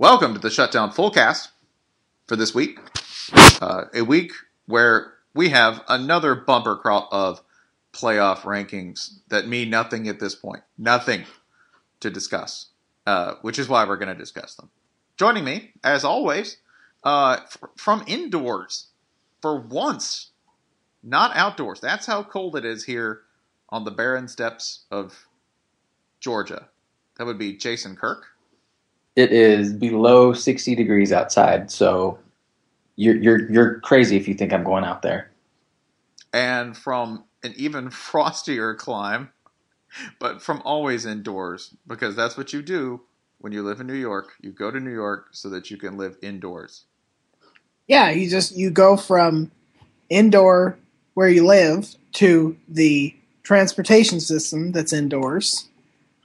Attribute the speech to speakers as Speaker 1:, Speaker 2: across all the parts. Speaker 1: Welcome to the Shutdown Fullcast for this week. Uh, a week where we have another bumper crop of playoff rankings that mean nothing at this point. Nothing to discuss, uh, which is why we're going to discuss them. Joining me, as always, uh, f- from indoors for once, not outdoors. That's how cold it is here on the barren steps of Georgia. That would be Jason Kirk.
Speaker 2: It is below 60 degrees outside, so you're you're you're crazy if you think I'm going out there.
Speaker 1: and from an even frostier climb, but from always indoors because that's what you do when you live in New York. You go to New York so that you can live indoors.
Speaker 3: Yeah, you just you go from indoor where you live to the transportation system that's indoors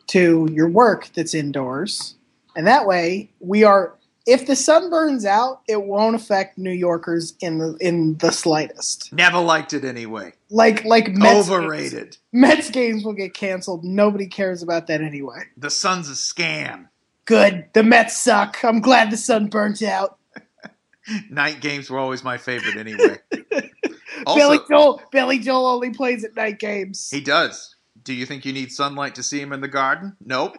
Speaker 3: to your work that's indoors. And that way we are if the sun burns out, it won't affect New Yorkers in the in the slightest.
Speaker 1: Never liked it anyway.
Speaker 3: Like like Mets Games,
Speaker 1: Overrated.
Speaker 3: Mets games will get canceled. Nobody cares about that anyway.
Speaker 1: The sun's a scam.
Speaker 3: Good. The Mets suck. I'm glad the sun burnt out.
Speaker 1: Night games were always my favorite anyway. also,
Speaker 3: Billy Joel. Billy Joel only plays at night games.
Speaker 1: he does. Do you think you need sunlight to see him in the garden? Nope.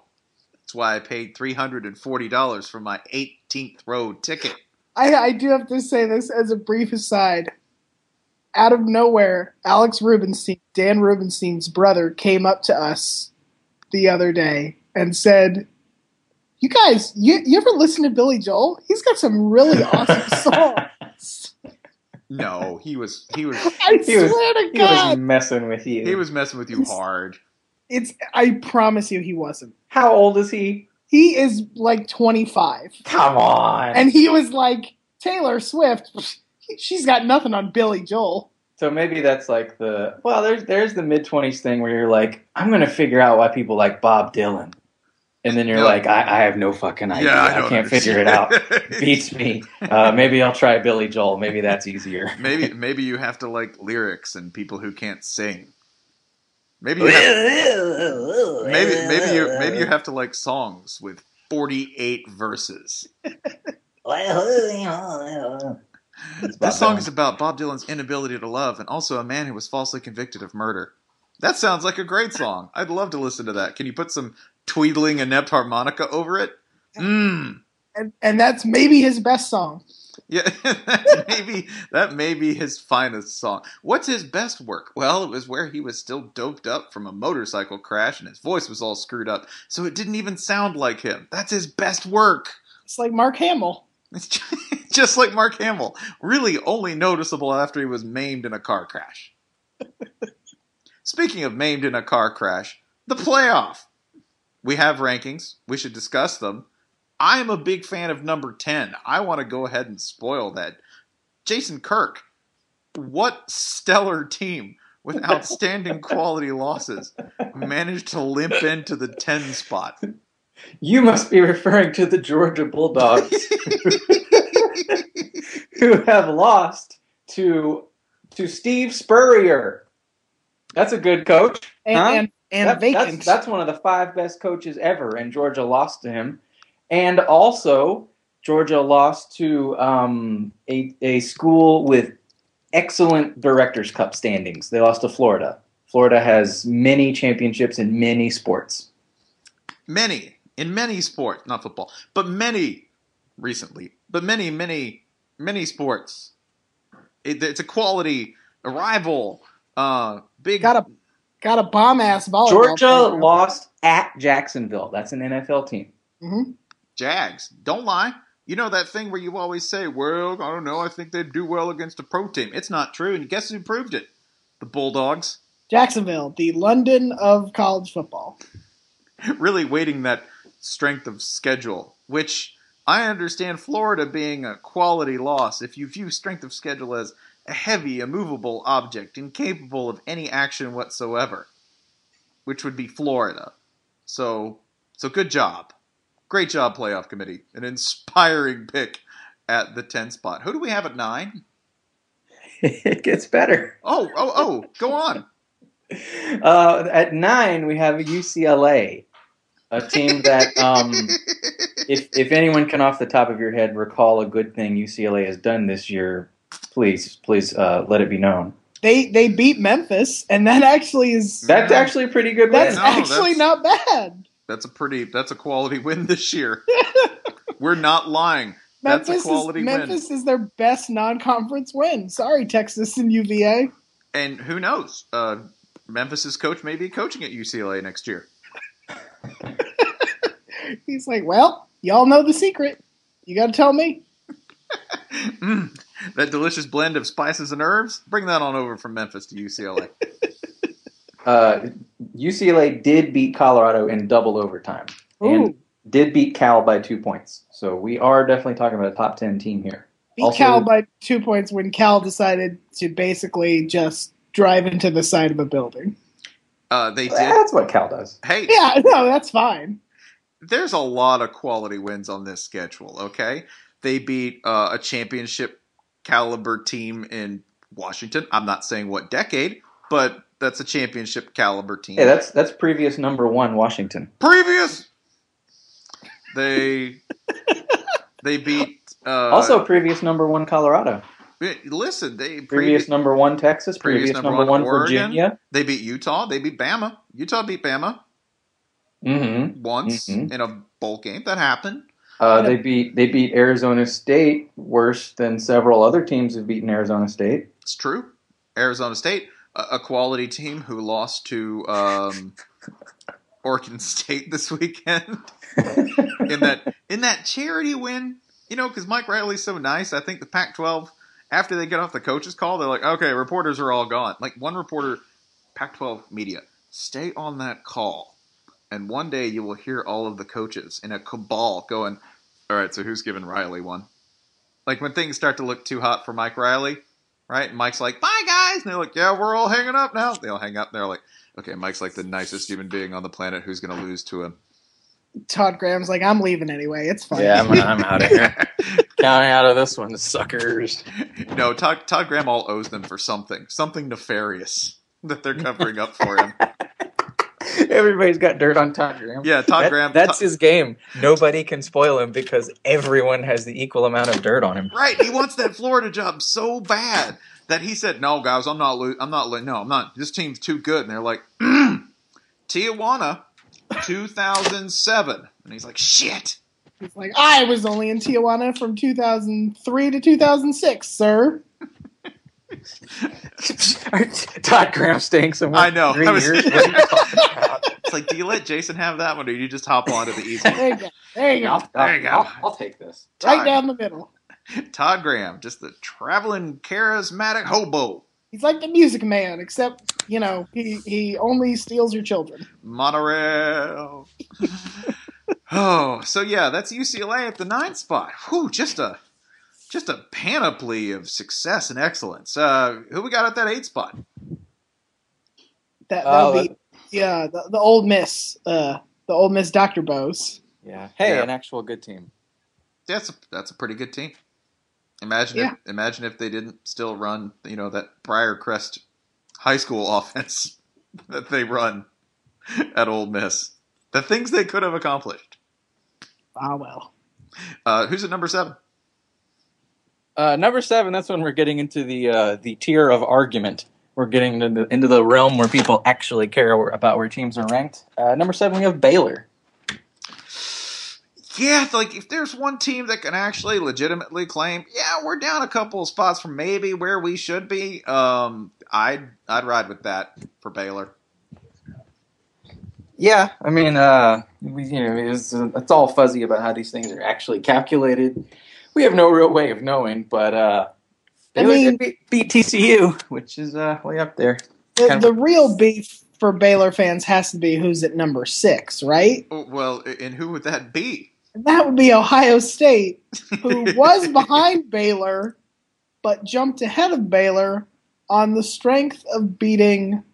Speaker 1: That's why I paid $340 for my 18th row ticket.
Speaker 3: I, I do have to say this as a brief aside. Out of nowhere, Alex Rubenstein, Dan Rubenstein's brother, came up to us the other day and said, "You guys, you, you ever listen to Billy Joel? He's got some really awesome songs."
Speaker 1: No, he was he was
Speaker 3: I
Speaker 2: He was,
Speaker 3: swear to
Speaker 2: he was
Speaker 3: God,
Speaker 2: messing with you.
Speaker 1: he was messing with you hard.
Speaker 3: it's. I promise you, he wasn't.
Speaker 2: How old is he?
Speaker 3: He is like 25,
Speaker 2: Come on.
Speaker 3: and he was like Taylor Swift. She's got nothing on Billy Joel.
Speaker 2: so maybe that's like the well. There's there's the mid twenties thing where you're like, I'm gonna figure out why people like Bob Dylan, and then you're
Speaker 1: No.
Speaker 2: like, I, I have no fucking idea. I, can't figure it out. Beats me. Uh, maybe I'll try Billy Joel. Maybe that's easier.
Speaker 1: maybe maybe you have to like lyrics and people who can't sing. Maybe you have, maybe maybe you maybe you have to like songs with forty eight verses. This song is about Bob Dylan's inability to love and also a man who was falsely convicted of murder. That sounds like a great song. I'd love to listen to that. Can you put some tweedling inept harmonica over it? Mmm.
Speaker 3: and and that's maybe his best song.
Speaker 1: Yeah, that's maybe that may be his finest song. What's his best work? Well, it was where he was still doped up from a motorcycle crash and his voice was all screwed up, so it didn't even sound like him. That's his best work.
Speaker 3: It's like Mark Hamill.
Speaker 1: It's ju- just like Mark Hamill, really only noticeable after he was maimed in a car crash. Speaking of maimed in a car crash, the playoff. We have rankings. We should discuss them. I'm a big fan of number 10. I want to go ahead and spoil that. Jason Kirk, what stellar team with outstanding quality losses managed to limp into the 10 spot.
Speaker 2: You must be referring to the Georgia Bulldogs, who have lost to to Steve Spurrier. That's a good coach,
Speaker 3: And,
Speaker 2: huh?
Speaker 3: and, and
Speaker 2: That- that's-
Speaker 3: vacant.
Speaker 2: That's, one of the five best coaches ever, and Georgia lost to him. And also, Georgia lost to um, a, a school with excellent Directors Cup standings. They lost to Florida. Florida has many championships in many sports.
Speaker 1: many in many sports, not football, but many recently, but many, many, many sports. It, it's a quality, a rival, uh, big.
Speaker 3: got a got a bomb ass volleyball.
Speaker 2: Georgia
Speaker 3: program.
Speaker 2: lost at Jacksonville. That's an NFL team.
Speaker 1: Jags. Don't lie. You know that thing where you always say, well, I don't know, I think they'd do well against a pro team. It's not true, and guess who proved it? The Bulldogs.
Speaker 3: Jacksonville, the London of college football.
Speaker 1: really waiting that strength of schedule, which I understand Florida being a quality loss if you view strength of schedule as a heavy, immovable object incapable of any action whatsoever, which would be Florida. So, so good job. Great job, playoff committee. An inspiring pick at the 10 spot. Who do we have at 9?
Speaker 2: it gets better.
Speaker 1: Oh, oh, oh, go on.
Speaker 2: Uh, at nine, we have UCLA, a team that, um, if if anyone can off the top of your head recall a good thing UCLA has done this year, please please uh, let it be known.
Speaker 3: They they beat Memphis, and that actually is
Speaker 2: That's actually a pretty good.
Speaker 3: that's
Speaker 2: win.
Speaker 1: No,
Speaker 3: actually
Speaker 1: that's-
Speaker 3: not bad.
Speaker 1: That's a pretty, that's a quality win this year. We're not lying. That's
Speaker 3: Memphis
Speaker 1: a quality
Speaker 3: is
Speaker 1: win.
Speaker 3: Memphis is their best non conference win. Sorry, Texas and UVA.
Speaker 1: and who knows? Uh, Memphis's coach may be coaching at UCLA next year.
Speaker 3: He's like, well, y'all know the secret. You got to tell me.
Speaker 1: Mm, that delicious blend of spices and herbs, bring that on over from Memphis to UCLA.
Speaker 2: Uh, UCLA did beat Colorado in double overtime and
Speaker 3: Ooh.
Speaker 2: did beat Cal by two points. So we are definitely talking about a top ten team here.
Speaker 3: Beat
Speaker 2: Also-
Speaker 3: Cal by two points when Cal decided to basically just drive into the side of a building.
Speaker 1: Uh, they did.
Speaker 2: That's what Cal does.
Speaker 1: Hey,
Speaker 3: Yeah, no, that's fine.
Speaker 1: there's a lot of quality wins on this schedule. Okay, they beat uh, a championship caliber team in Washington. I'm not saying what decade, but that's a championship caliber team.
Speaker 2: Yeah, that's that's previous number one Washington.
Speaker 1: previous. They they beat. Uh,
Speaker 2: Also, previous number one Colorado.
Speaker 1: listen. They
Speaker 2: Previous number one Texas. Previous, number, one,
Speaker 1: Oregon.
Speaker 2: Virginia.
Speaker 1: They beat Utah. They beat Bama. Utah beat Bama
Speaker 2: Mm-hmm.
Speaker 1: once
Speaker 2: Mhm.
Speaker 1: in a bowl game. That happened.
Speaker 2: Uh, they beat they beat Arizona State worse than several other teams have beaten Arizona State.
Speaker 1: It's true. Arizona State, a, a quality team who lost to um, Oregon State this weekend in that in that charity win. You know, because Mike Riley's so nice. I think the Pac-12 after they get off the coaches call, they're like, okay, reporters are all gone. Like one reporter, Pac-12 media, stay on that call, and one day you will hear all of the coaches in a cabal going, all right, so who's giving Riley one? Like when things start to look too hot for Mike Riley, right? And Mike's like, bye guys. And they're like, yeah, we're all hanging up now. They all hang up. And they're like, okay, Mike's like the nicest human being on the planet. Who's going to lose to him?
Speaker 3: Todd Graham's like, I'm leaving anyway. It's fine.
Speaker 2: I'm out of here. Counting out of this one, suckers.
Speaker 1: No, Todd, Todd Graham all owes them for something, something nefarious that they're covering up for him.
Speaker 2: Everybody's got dirt on Todd Graham.
Speaker 1: Yeah, Todd
Speaker 2: That-
Speaker 1: Graham-
Speaker 2: That's
Speaker 1: Todd-
Speaker 2: his game. Nobody can spoil him because everyone has the equal amount of dirt on him.
Speaker 1: right. He wants that Florida job so bad that he said, no, guys, I'm not, lo- I'm not, lo- no, I'm not. This team's too good. And they're like, Tijuana, 2007. And he's like, shit.
Speaker 3: It's like I was only in Tijuana from 2003 to 2006, sir.
Speaker 2: Todd Graham staying somewhere.
Speaker 1: I know.
Speaker 2: Three
Speaker 1: I was-
Speaker 2: years? What are you talking about?
Speaker 1: It's like, do you let Jason have that one, or do you just hop onto the easy? one?
Speaker 3: There you go. There you go.
Speaker 2: I'll,
Speaker 1: There you go.
Speaker 2: I'll, I'll take this.
Speaker 3: Right down the middle.
Speaker 1: Todd Graham, just the traveling charismatic hobo,
Speaker 3: He's like the Music Man, except you know he he only steals your children.
Speaker 1: monorail. oh, so yeah, that's UCLA at the ninth spot. Whew, just a just a panoply of success and excellence. Uh, who we got at that eight spot?
Speaker 3: That that'll
Speaker 2: Oh,
Speaker 3: be yeah the, the old Miss uh the old Miss Doctor Bose.
Speaker 2: Yeah. Hey,
Speaker 1: Yeah.
Speaker 2: an actual good team.
Speaker 1: That's a, that's a pretty good team. Imagine if, imagine if they didn't still run, you know, that Briar Crest high school offense that they run at Ole Miss. The things they could have accomplished.
Speaker 3: Ah well.
Speaker 1: Uh, who's at number seven?
Speaker 2: Uh, number seven. That's when we're getting into the uh, the tier of argument. We're getting into the, into the realm where people actually care about where teams are ranked. Uh, number seven, we have Baylor.
Speaker 1: Yeah, like if there's one team that can actually legitimately claim, yeah, we're down a couple of spots from maybe where we should be. Um, I'd I'd ride with that for Baylor.
Speaker 2: Yeah, I mean, uh, we, you know, it's, it's all fuzzy about how these things are actually calculated. We have no real way of knowing, but uh,
Speaker 3: I
Speaker 2: Baylor did
Speaker 3: mean-
Speaker 2: beat, beat TCU, which is uh, way up there.
Speaker 3: The,
Speaker 2: Kind
Speaker 3: the
Speaker 2: of-
Speaker 3: real beef for Baylor fans has to be who's at number six, right?
Speaker 1: Oh, Well, and who would that be?
Speaker 3: And that would be Ohio State, who was behind Baylor, but jumped ahead of Baylor on the strength of beating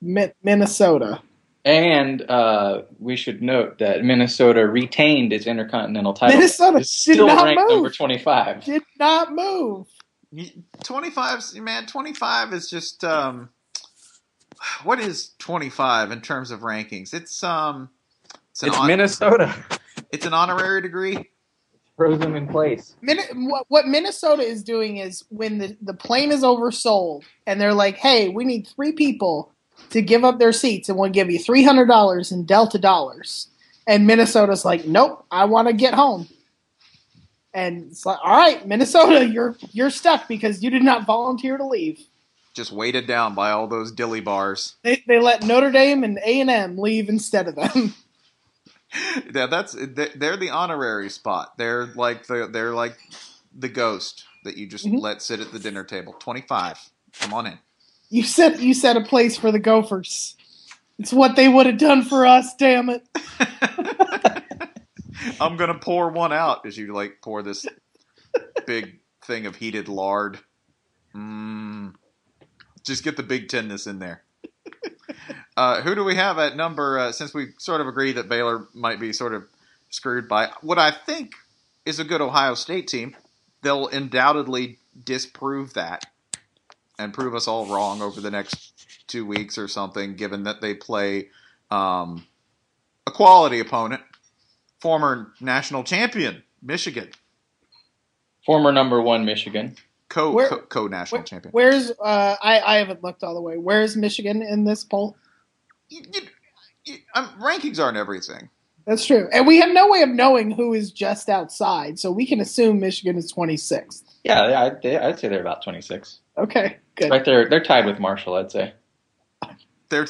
Speaker 3: Mi- Minnesota.
Speaker 2: And uh, we should note that Minnesota retained its intercontinental title.
Speaker 3: Minnesota
Speaker 2: It's
Speaker 3: did
Speaker 2: still
Speaker 3: not
Speaker 2: ranked
Speaker 3: move.
Speaker 2: number twenty-five.
Speaker 3: Did not move.
Speaker 1: 25 man 25 is just um what is 25 in terms of rankings it's um it's an,
Speaker 2: It's
Speaker 1: hon-
Speaker 2: Minnesota.
Speaker 1: it's an honorary degree
Speaker 2: Throws them in place.
Speaker 3: Min- what, what Minnesota is doing is when the, the plane is oversold and they're like, hey, we need three people to give up their seats and we'll give you $300 in Delta dollars. And Minnesota's like, nope, I want to get home. And it's like, all right, Minnesota, you're you're stuck because you did not volunteer to leave.
Speaker 1: just weighted down by all those dilly bars
Speaker 3: They, they let Notre Dame and A and M leave instead of them.
Speaker 1: yeah that's they- they're the honorary spot they're like the they're like the ghost that you just let sit at the dinner table 25 come on in
Speaker 3: You set you set a place for the Gophers. It's what they would have done for us. Damn it!
Speaker 1: i'm gonna pour one out as you like pour this big thing of heated lard mm. just get the big tenderness in there uh, who do we have at number uh, since we sort of agree that baylor might be sort of screwed by what i think is a good ohio state team they'll undoubtedly disprove that and prove us all wrong over the next two weeks or something given that they play um, a quality opponent former national champion michigan
Speaker 2: Former number one Michigan.
Speaker 1: co
Speaker 3: Where-
Speaker 1: co, co- national
Speaker 3: Where-
Speaker 1: champion.
Speaker 3: Where's uh, I? I haven't looked all the way. Where's Michigan in this poll?
Speaker 1: You- you- you- um, rankings aren't everything.
Speaker 3: That's true, and we have no way of knowing who is just outside, so we can assume Michigan is twenty sixth.
Speaker 2: Yeah, I, they, I'd say they're about twenty-six.
Speaker 3: Okay, good.
Speaker 2: Right there, they're tied with Marshall. I'd say.
Speaker 1: They're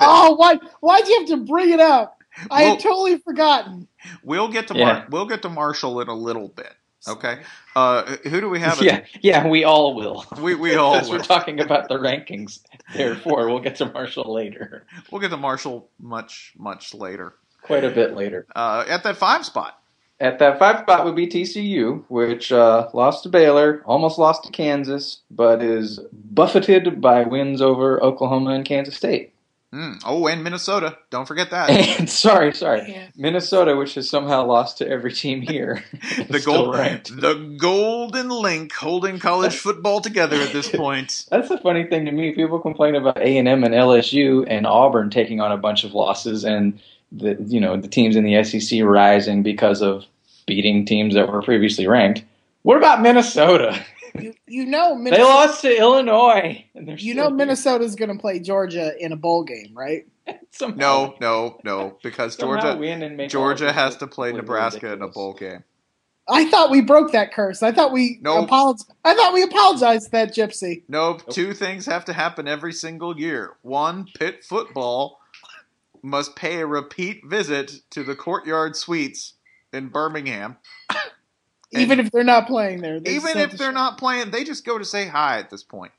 Speaker 3: Oh, why? Why'd you have to bring it up? I
Speaker 1: Well-
Speaker 3: had totally forgotten.
Speaker 1: we'll get to
Speaker 2: Yeah.
Speaker 1: Mar- we'll get to Marshall in a little bit. Okay. Uh, who do we have? at-
Speaker 2: Yeah, yeah, we all will.
Speaker 1: We we all
Speaker 2: Since
Speaker 1: will.
Speaker 2: we're talking about the rankings, therefore, we'll get to Marshall later,
Speaker 1: we'll get to Marshall much much later.
Speaker 2: quite a bit later.
Speaker 1: Uh, at that five spot,
Speaker 2: At that five spot would be TCU, which uh, lost to Baylor, almost lost to Kansas, but is buffeted by wins over Oklahoma and Kansas State.
Speaker 1: Mm, oh, and Minnesota. Don't forget that.
Speaker 2: And sorry, sorry,
Speaker 3: Yeah.
Speaker 2: Minnesota, which has somehow lost to every team here.
Speaker 1: The
Speaker 2: is still
Speaker 1: gold,
Speaker 2: ranked.
Speaker 1: the golden link holding college football together at this point.
Speaker 2: That's the funny thing to me. People complain about A and M and LSU and Auburn taking on a bunch of losses, and the you know the teams in the E SEC rising because of beating teams that were previously ranked. What about Minnesota?
Speaker 3: You, you know
Speaker 2: They
Speaker 3: Minnesota,
Speaker 2: lost to Illinois. And they're
Speaker 3: you
Speaker 2: still
Speaker 3: know
Speaker 2: here.
Speaker 3: Minnesota's going to play Georgia in a bowl game, right?
Speaker 2: Somehow-
Speaker 1: No, no, no, because
Speaker 2: somehow
Speaker 1: Georgia
Speaker 2: win and make all
Speaker 1: Georgia
Speaker 2: this
Speaker 1: has to play
Speaker 2: completely
Speaker 1: Nebraska in a
Speaker 2: ridiculous.
Speaker 1: bowl game.
Speaker 3: I thought we broke that curse. I thought we
Speaker 1: Nope.
Speaker 3: apolog- I thought we apologized to that gypsy.
Speaker 1: Nope, two things have to happen every single year. One, Pitt football must pay a repeat visit to the courtyard suites in Birmingham.
Speaker 3: Even if they're not playing there, they
Speaker 1: Even
Speaker 3: still
Speaker 1: if they're not playing, they just go to say hi at this point.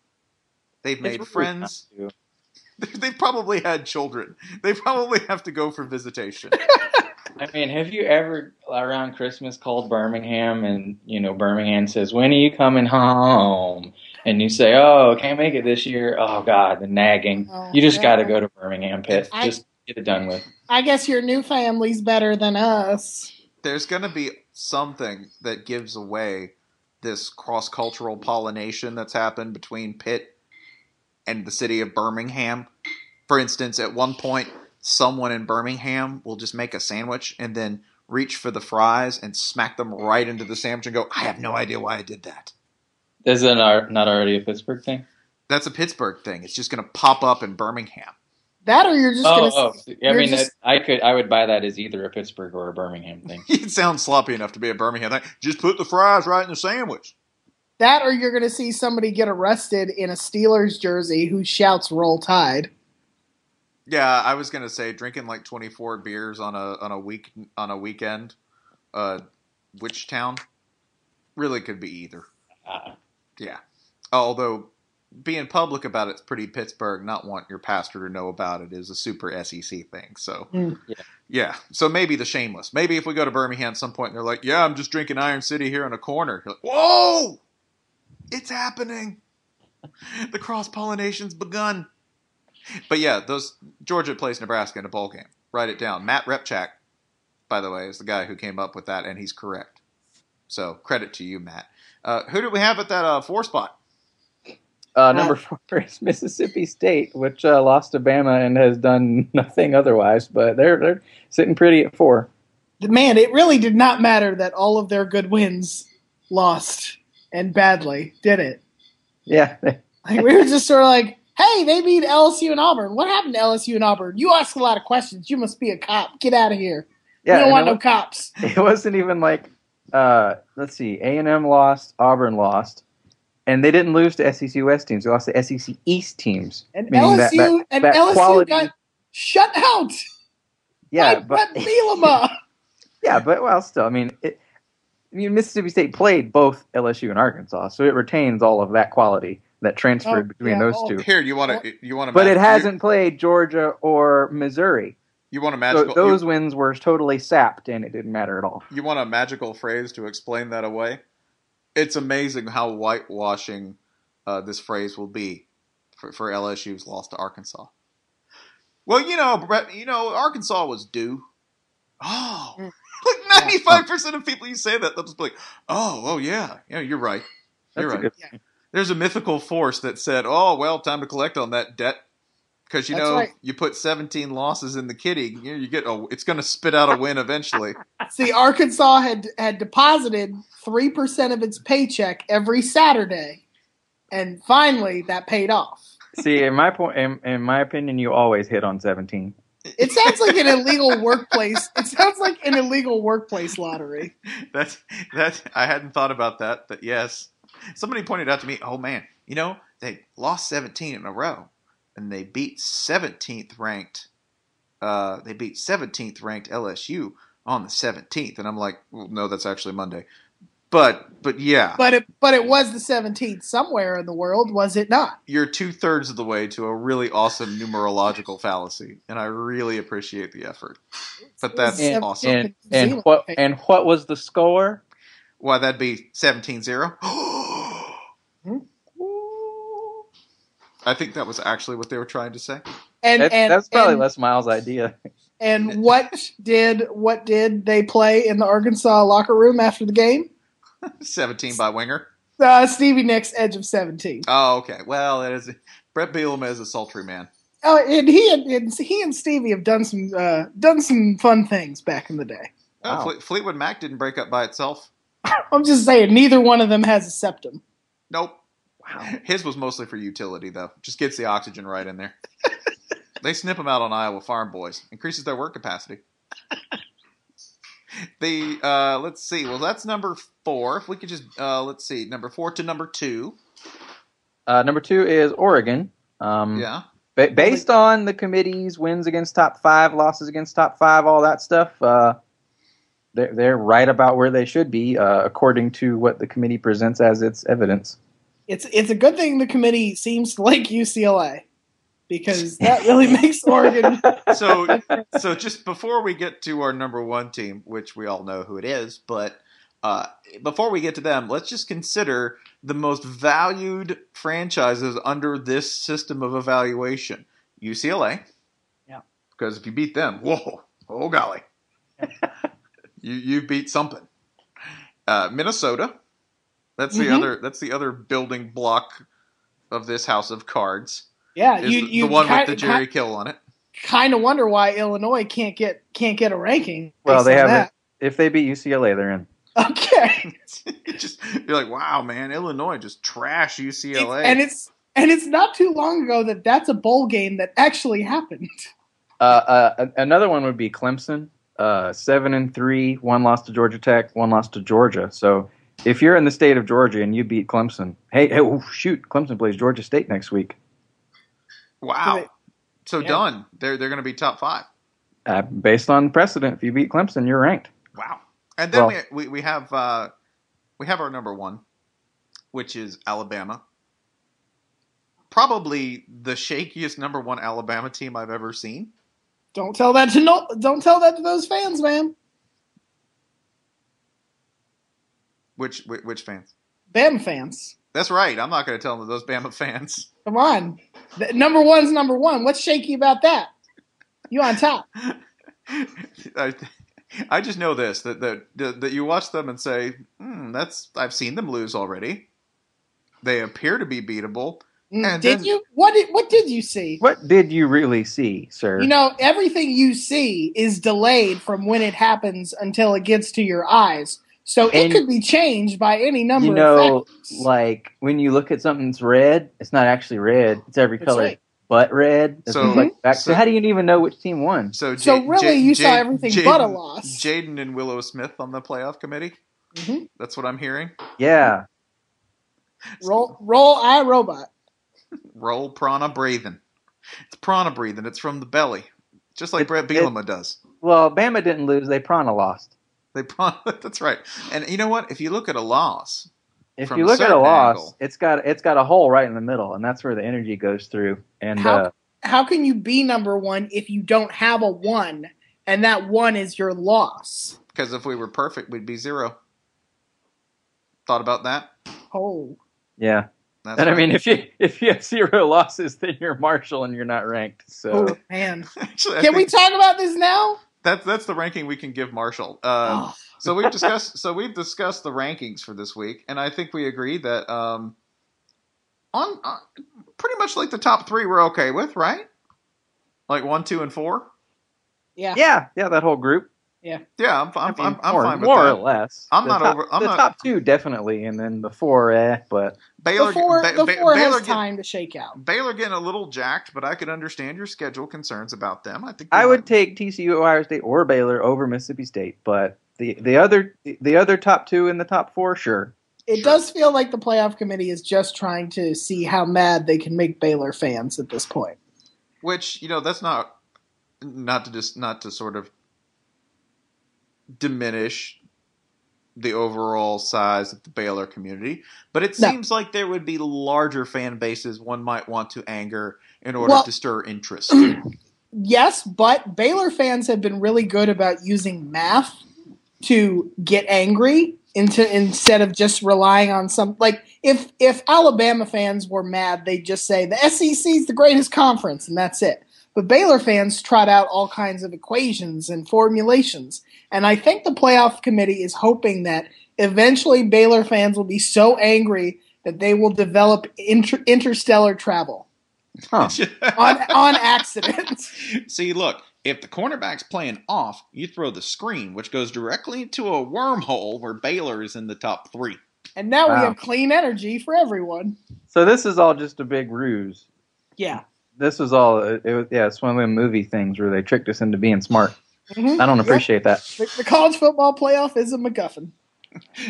Speaker 1: They've
Speaker 2: It's
Speaker 1: made
Speaker 2: really
Speaker 1: friends.
Speaker 2: not to.
Speaker 1: They probably had children. They probably have to go for visitation.
Speaker 2: I mean, have you ever around Christmas called Birmingham and you know Birmingham says, "When are you coming home?" And you say, "Oh, can't make it this year." Oh God, the nagging.
Speaker 3: Oh,
Speaker 2: you just
Speaker 3: yeah.
Speaker 2: got to go to Birmingham, Pitt.
Speaker 3: I-
Speaker 2: just get it done with.
Speaker 3: I guess your new family's better than us.
Speaker 1: There's going to be something that gives away this cross cultural pollination that's happened between Pitt and the city of Birmingham. For instance, at one point, someone in Birmingham will just make a sandwich and then reach for the fries and smack them right into the sandwich and go, I have no idea why I did that.
Speaker 2: Is it not not already a Pittsburgh thing?
Speaker 1: That's a Pittsburgh thing. It's just going to pop up in Birmingham.
Speaker 3: That or you're just
Speaker 2: Oh,
Speaker 3: gonna.
Speaker 2: oh, I
Speaker 3: you're
Speaker 2: mean,
Speaker 3: just-
Speaker 2: that, I could, I would buy that as either a Pittsburgh or a Birmingham thing.
Speaker 1: It sounds sloppy enough to be a Birmingham thing. Just put the fries right in the sandwich.
Speaker 3: That or you're going to see somebody get arrested in a Steelers jersey who shouts "Roll Tide."
Speaker 1: Yeah, I was gonna say drinking like twenty four beers on a on a week on a weekend, uh, which town really could be either.
Speaker 2: Uh,
Speaker 1: Yeah, although being public about it's pretty Pittsburgh. Not want your pastor to know about it is a super SEC thing. So
Speaker 3: Mm.
Speaker 2: Yeah.
Speaker 1: yeah, so maybe the shameless. Maybe if we go to Birmingham at some point and they're like, "Yeah, I'm just drinking Iron City here on a corner." You're like, Whoa, it's happening! the cross pollination's begun. But yeah, those Georgia plays Nebraska in a bowl game. Write it down. Matt Repchak, by the way, is the guy who came up with that, and he's correct. So credit to you, Matt. Uh, who did we have at that uh, four spot?
Speaker 2: uh, number four is Mississippi State, which uh, lost to Bama and has done nothing otherwise, but they're they're sitting pretty at four.
Speaker 3: Man, it really did not matter that all of their good wins lost and badly, did it?
Speaker 2: Yeah,
Speaker 3: Like we were just sort of like, "Hey, they beat LSU and Auburn. What happened to LSU and Auburn? You ask a lot of questions. You must be a cop. Get out of here.
Speaker 2: yeah.
Speaker 3: we don't
Speaker 2: and
Speaker 3: want
Speaker 2: it
Speaker 3: no cops."
Speaker 2: it wasn't even like uh, let's see a&m lost auburn lost and they didn't lose to sec west teams they lost to sec east teams
Speaker 3: And
Speaker 2: meaning
Speaker 3: LSU
Speaker 2: that- that-
Speaker 3: and
Speaker 2: that
Speaker 3: LSU
Speaker 2: quality-
Speaker 3: got shut out
Speaker 2: yeah
Speaker 3: by
Speaker 2: but
Speaker 3: Brett Bielema.
Speaker 2: yeah but well still i mean it, I mean, Mississippi State played both LSU and Arkansas, so it retains all of that quality that transferred
Speaker 3: Oh,
Speaker 2: between
Speaker 3: yeah,
Speaker 2: those
Speaker 3: oh.
Speaker 2: two.
Speaker 1: Here, you want to you want to,
Speaker 2: But it hasn't played Georgia or Missouri,
Speaker 1: You, want a
Speaker 2: so
Speaker 1: magical
Speaker 2: those
Speaker 1: you,
Speaker 2: wins were totally sapped, and it didn't matter at all.
Speaker 1: you want a magical phrase to explain that away? It's amazing how whitewashing uh, this phrase will be for, for LSU's loss to Arkansas. Well, you know, Brett, you know, Arkansas was due. Oh,
Speaker 3: Mm.
Speaker 1: like ninety-five percent of people you say that they'll just be like, "Oh, oh yeah, yeah, you're right,
Speaker 2: That's
Speaker 1: you're
Speaker 2: a
Speaker 1: right."
Speaker 2: good.
Speaker 1: There's a mythical force that said, "Oh, well, time to collect on that debt." Because you
Speaker 3: That's
Speaker 1: know,
Speaker 3: right.
Speaker 1: you put 17 losses in the kitty, you, you get a, it's going to spit out a win eventually.
Speaker 3: See, Arkansas had had deposited three percent of its paycheck every Saturday, and finally that paid off.
Speaker 2: See, in my point, in, in my opinion, you always hit on seventeen.
Speaker 3: It sounds like an illegal workplace. It sounds like an illegal workplace lottery.
Speaker 1: That's that. I hadn't thought about that, but yes, somebody pointed out to me. Oh man, you know they lost 17 in a row, and they beat 17th ranked. Uh, they beat 17th ranked LSU on the 17th, and I'm like, well, no, that's actually Monday. But but yeah,
Speaker 3: But it but it was the seventeenth somewhere in the world, was it not?
Speaker 1: you're two thirds of the way to a really awesome numerological fallacy, and I really appreciate the effort. But that's
Speaker 3: Yeah.
Speaker 1: awesome.
Speaker 2: And
Speaker 3: New
Speaker 2: and
Speaker 3: Zealand
Speaker 2: what
Speaker 3: paid.
Speaker 2: and what was the score?
Speaker 1: Why that'd be 17-0? I think that was actually what they were trying to say.
Speaker 3: And
Speaker 2: That's,
Speaker 3: and
Speaker 2: that's probably
Speaker 3: and,
Speaker 2: Les Miles' idea.
Speaker 3: and what did what did they play in the Arkansas locker room after the game?
Speaker 1: 17 by Winger.
Speaker 3: Uh, Stevie Nicks, edge of seventeen.
Speaker 1: Oh, okay. Well, it is Brett Bielema is a sultry man.
Speaker 3: Oh, and he and, and he and Stevie have done some uh, done some fun things back in the day.
Speaker 1: Oh,
Speaker 2: Wow.
Speaker 1: Fle- Fleetwood Mac didn't break up by itself.
Speaker 3: I'm just saying, neither one of them has a septum.
Speaker 1: Nope. His was mostly for utility, though. Just gets the oxygen right in there. they snip them out on Iowa farm boys. Increases their work capacity. the uh, let's see. Well, that's number four. If we could just uh, let's see, number four to number two.
Speaker 2: Uh, number two is Oregon.
Speaker 3: Mm-hmm.
Speaker 2: Um,
Speaker 1: Yeah.
Speaker 2: ba- based on the committee's wins against top five, losses against top five, all that stuff, uh, they're, they're right about where they should be, uh, according to what the committee presents as its evidence.
Speaker 3: It's it's a good thing the committee seems to like UCLA because that really makes Oregon.
Speaker 1: So, so just before we get to our number one team, which we all know who it is, but uh, before we get to them, let's just consider the most valued franchises under this system of evaluation. UCLA.
Speaker 3: Yeah.
Speaker 1: Because if you beat them, whoa, oh golly, you you beat something. Uh, Minnesota. That's the
Speaker 3: Mhm.
Speaker 1: other. That's the other building block of this house of cards.
Speaker 3: Yeah,
Speaker 1: Is
Speaker 3: Uh, you,
Speaker 1: the-
Speaker 3: you
Speaker 1: the one with the
Speaker 3: kind,
Speaker 1: Jerry Kill on it.
Speaker 3: of wonder why Illinois can't get can't get a ranking.
Speaker 2: Well,
Speaker 3: based
Speaker 2: they
Speaker 3: on
Speaker 2: haven't. If they beat UCLA, they're in.
Speaker 3: that. Okay,
Speaker 1: You just you're like, wow, man, Illinois just trash UCLA.
Speaker 3: and it's and it's not too long ago that that's a bowl game that actually happened.
Speaker 2: Uh, uh, a- another one would be Clemson, uh, seven and three, one loss to Georgia Tech, one loss to Georgia. So if you're in the state of Georgia and you beat Clemson, hey, hey oh, shoot, Clemson plays Georgia State next week.
Speaker 1: wow, so
Speaker 3: Yeah.
Speaker 1: done. They're they're going to be top five.
Speaker 2: Uh, based on precedent, if you beat Clemson, you're ranked.
Speaker 1: Wow. And then
Speaker 2: Well-
Speaker 1: we, we we have uh, we have our number one, which is Alabama. Probably the shakiest number one Alabama team I've ever seen.
Speaker 3: Don't tell that to no. Don't tell that to those fans, man.
Speaker 1: Which which, which fans?
Speaker 3: Bam fans,
Speaker 1: That's right. I'm not going to tell them those Bama fans.
Speaker 3: come on. Th- Number one's number one. What's shaky about that? You on top?
Speaker 1: I, I just know this that, that that you watch them and say, hmm, "That's I've seen them lose already. They appear to be beatable."
Speaker 3: Mm,
Speaker 1: And
Speaker 3: did
Speaker 1: then-
Speaker 3: you? What did what did you see?
Speaker 2: What did you really see, sir?
Speaker 3: You know, everything you see is delayed from when it happens until it gets to your eyes. So
Speaker 2: And-
Speaker 3: it could be changed by any number
Speaker 2: You know,
Speaker 3: of factors.
Speaker 2: like when you look at something that's red, it's not actually red. It's every
Speaker 3: That's
Speaker 2: color
Speaker 3: right.
Speaker 2: but red. It's
Speaker 1: So-
Speaker 2: like that. So,
Speaker 1: so-
Speaker 2: how do you even know which team won?
Speaker 1: So,
Speaker 3: So
Speaker 1: Ja-
Speaker 3: really,
Speaker 1: Ja-
Speaker 3: you saw
Speaker 1: Ja-
Speaker 3: everything but a
Speaker 1: Jaden-
Speaker 3: loss.
Speaker 1: Jaden and Willow Smith on the playoff committee.
Speaker 3: Mhm.
Speaker 1: That's what I'm hearing.
Speaker 2: Yeah.
Speaker 3: roll, roll, I robot.
Speaker 1: Roll prana breathing. It's prana breathing. It's from the belly, just like
Speaker 2: It- it-
Speaker 1: Brett Bielema does.
Speaker 2: Well, Bama didn't lose. They Prana lost.
Speaker 1: They prana. That's right. And you know what? If you look at a loss,
Speaker 2: If
Speaker 1: From
Speaker 2: you
Speaker 1: a
Speaker 2: look at a
Speaker 1: certain
Speaker 2: loss,
Speaker 1: angle.
Speaker 2: it's got it's got a hole right in the middle, and that's where the energy goes through. And
Speaker 3: How-
Speaker 2: uh,
Speaker 3: How can you be number one if you don't have a one, and that one is your loss?
Speaker 1: because if we were perfect, we'd be zero. Thought about that?
Speaker 3: Oh,
Speaker 2: yeah,
Speaker 1: That's
Speaker 2: and I
Speaker 1: right.
Speaker 2: mean, if you if you have zero losses, then you're Marshall and you're not ranked. So
Speaker 3: oh man!
Speaker 1: Actually, I
Speaker 3: Can we
Speaker 1: think
Speaker 3: talk about this now?
Speaker 1: That's that's the ranking we can give Marshall. Um,
Speaker 3: Oh,
Speaker 1: so we've discussed so we've discussed the rankings for this week, and I think we agree that um, on uh, pretty much like the top three we're okay with, right? Like one, two, and four.
Speaker 3: yeah.
Speaker 2: yeah, yeah, that whole group.
Speaker 1: Yeah, I'm I'm,
Speaker 2: I mean,
Speaker 1: I'm, I'm
Speaker 2: more,
Speaker 1: fine with
Speaker 2: more
Speaker 1: that.
Speaker 2: or less.
Speaker 1: I'm
Speaker 2: The
Speaker 1: not
Speaker 2: top-
Speaker 1: over- I'm
Speaker 2: the
Speaker 1: not-
Speaker 2: top two definitely, and then the four, eh? But
Speaker 1: Baylor,
Speaker 3: The four,
Speaker 1: Ba-
Speaker 3: the
Speaker 1: Ba-
Speaker 3: four
Speaker 1: Baylor
Speaker 3: has
Speaker 1: get-
Speaker 3: time to shake out.
Speaker 1: Baylor getting a little jacked, but I can understand your schedule concerns about them. I think they
Speaker 2: I would
Speaker 1: might-
Speaker 2: take TCU, Ohio State, or Baylor over Mississippi State. But the the other the other top two in the top four, sure.
Speaker 3: It does feel like the playoff committee is just trying to see how mad they can make Baylor fans at this point.
Speaker 1: which you know that's not not to just not to sort of diminish the overall size of the Baylor community, but it
Speaker 3: No.
Speaker 1: seems like there would be larger fan bases one might want to anger in order
Speaker 3: Well-
Speaker 1: to stir interest.
Speaker 3: Yes, but Baylor fans have been really good about using math to get angry into instead of just relying on some like if if Alabama fans were mad, they'd just say the SEC is the greatest conference and that's it. But Baylor fans trot out all kinds of equations and formulations. And I think the playoff committee is hoping that eventually Baylor fans will be so angry that they will develop inter- interstellar travel
Speaker 2: Huh.
Speaker 3: on on accident.
Speaker 1: See, look, if the cornerback's playing off, you throw the screen, which goes directly into a wormhole where Baylor is in the top three.
Speaker 3: And now we
Speaker 2: Wow.
Speaker 3: have clean energy for everyone.
Speaker 2: So this is all just a big ruse.
Speaker 3: Yeah.
Speaker 2: This was all. It was, yeah, it's one of them movie things where they tricked us into being smart.
Speaker 3: Mhm.
Speaker 2: I don't
Speaker 3: Yep.
Speaker 2: appreciate that.
Speaker 3: The, the college football playoff is a MacGuffin.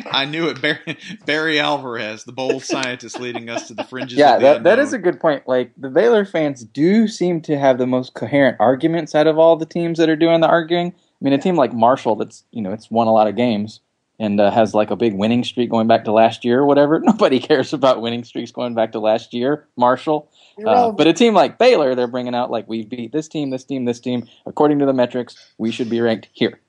Speaker 1: I knew it. Barry, Barry Alvarez, the bold scientist leading us to the fringes.
Speaker 2: Yeah,
Speaker 1: of the
Speaker 2: that, that
Speaker 1: unknown.
Speaker 2: is a good point. Like the Baylor fans do seem to have the most coherent arguments out of all the teams that are doing the arguing. I mean, a team like Marshall that's you know it's won a lot of games and uh, has like a big winning streak going back to last year or whatever. Nobody cares about winning streaks going back to last year. Marshall, uh,
Speaker 3: Irrelevant.
Speaker 2: but a team like Baylor, they're bringing out like we beat this team, this team, this team. According to the metrics, we should be ranked here.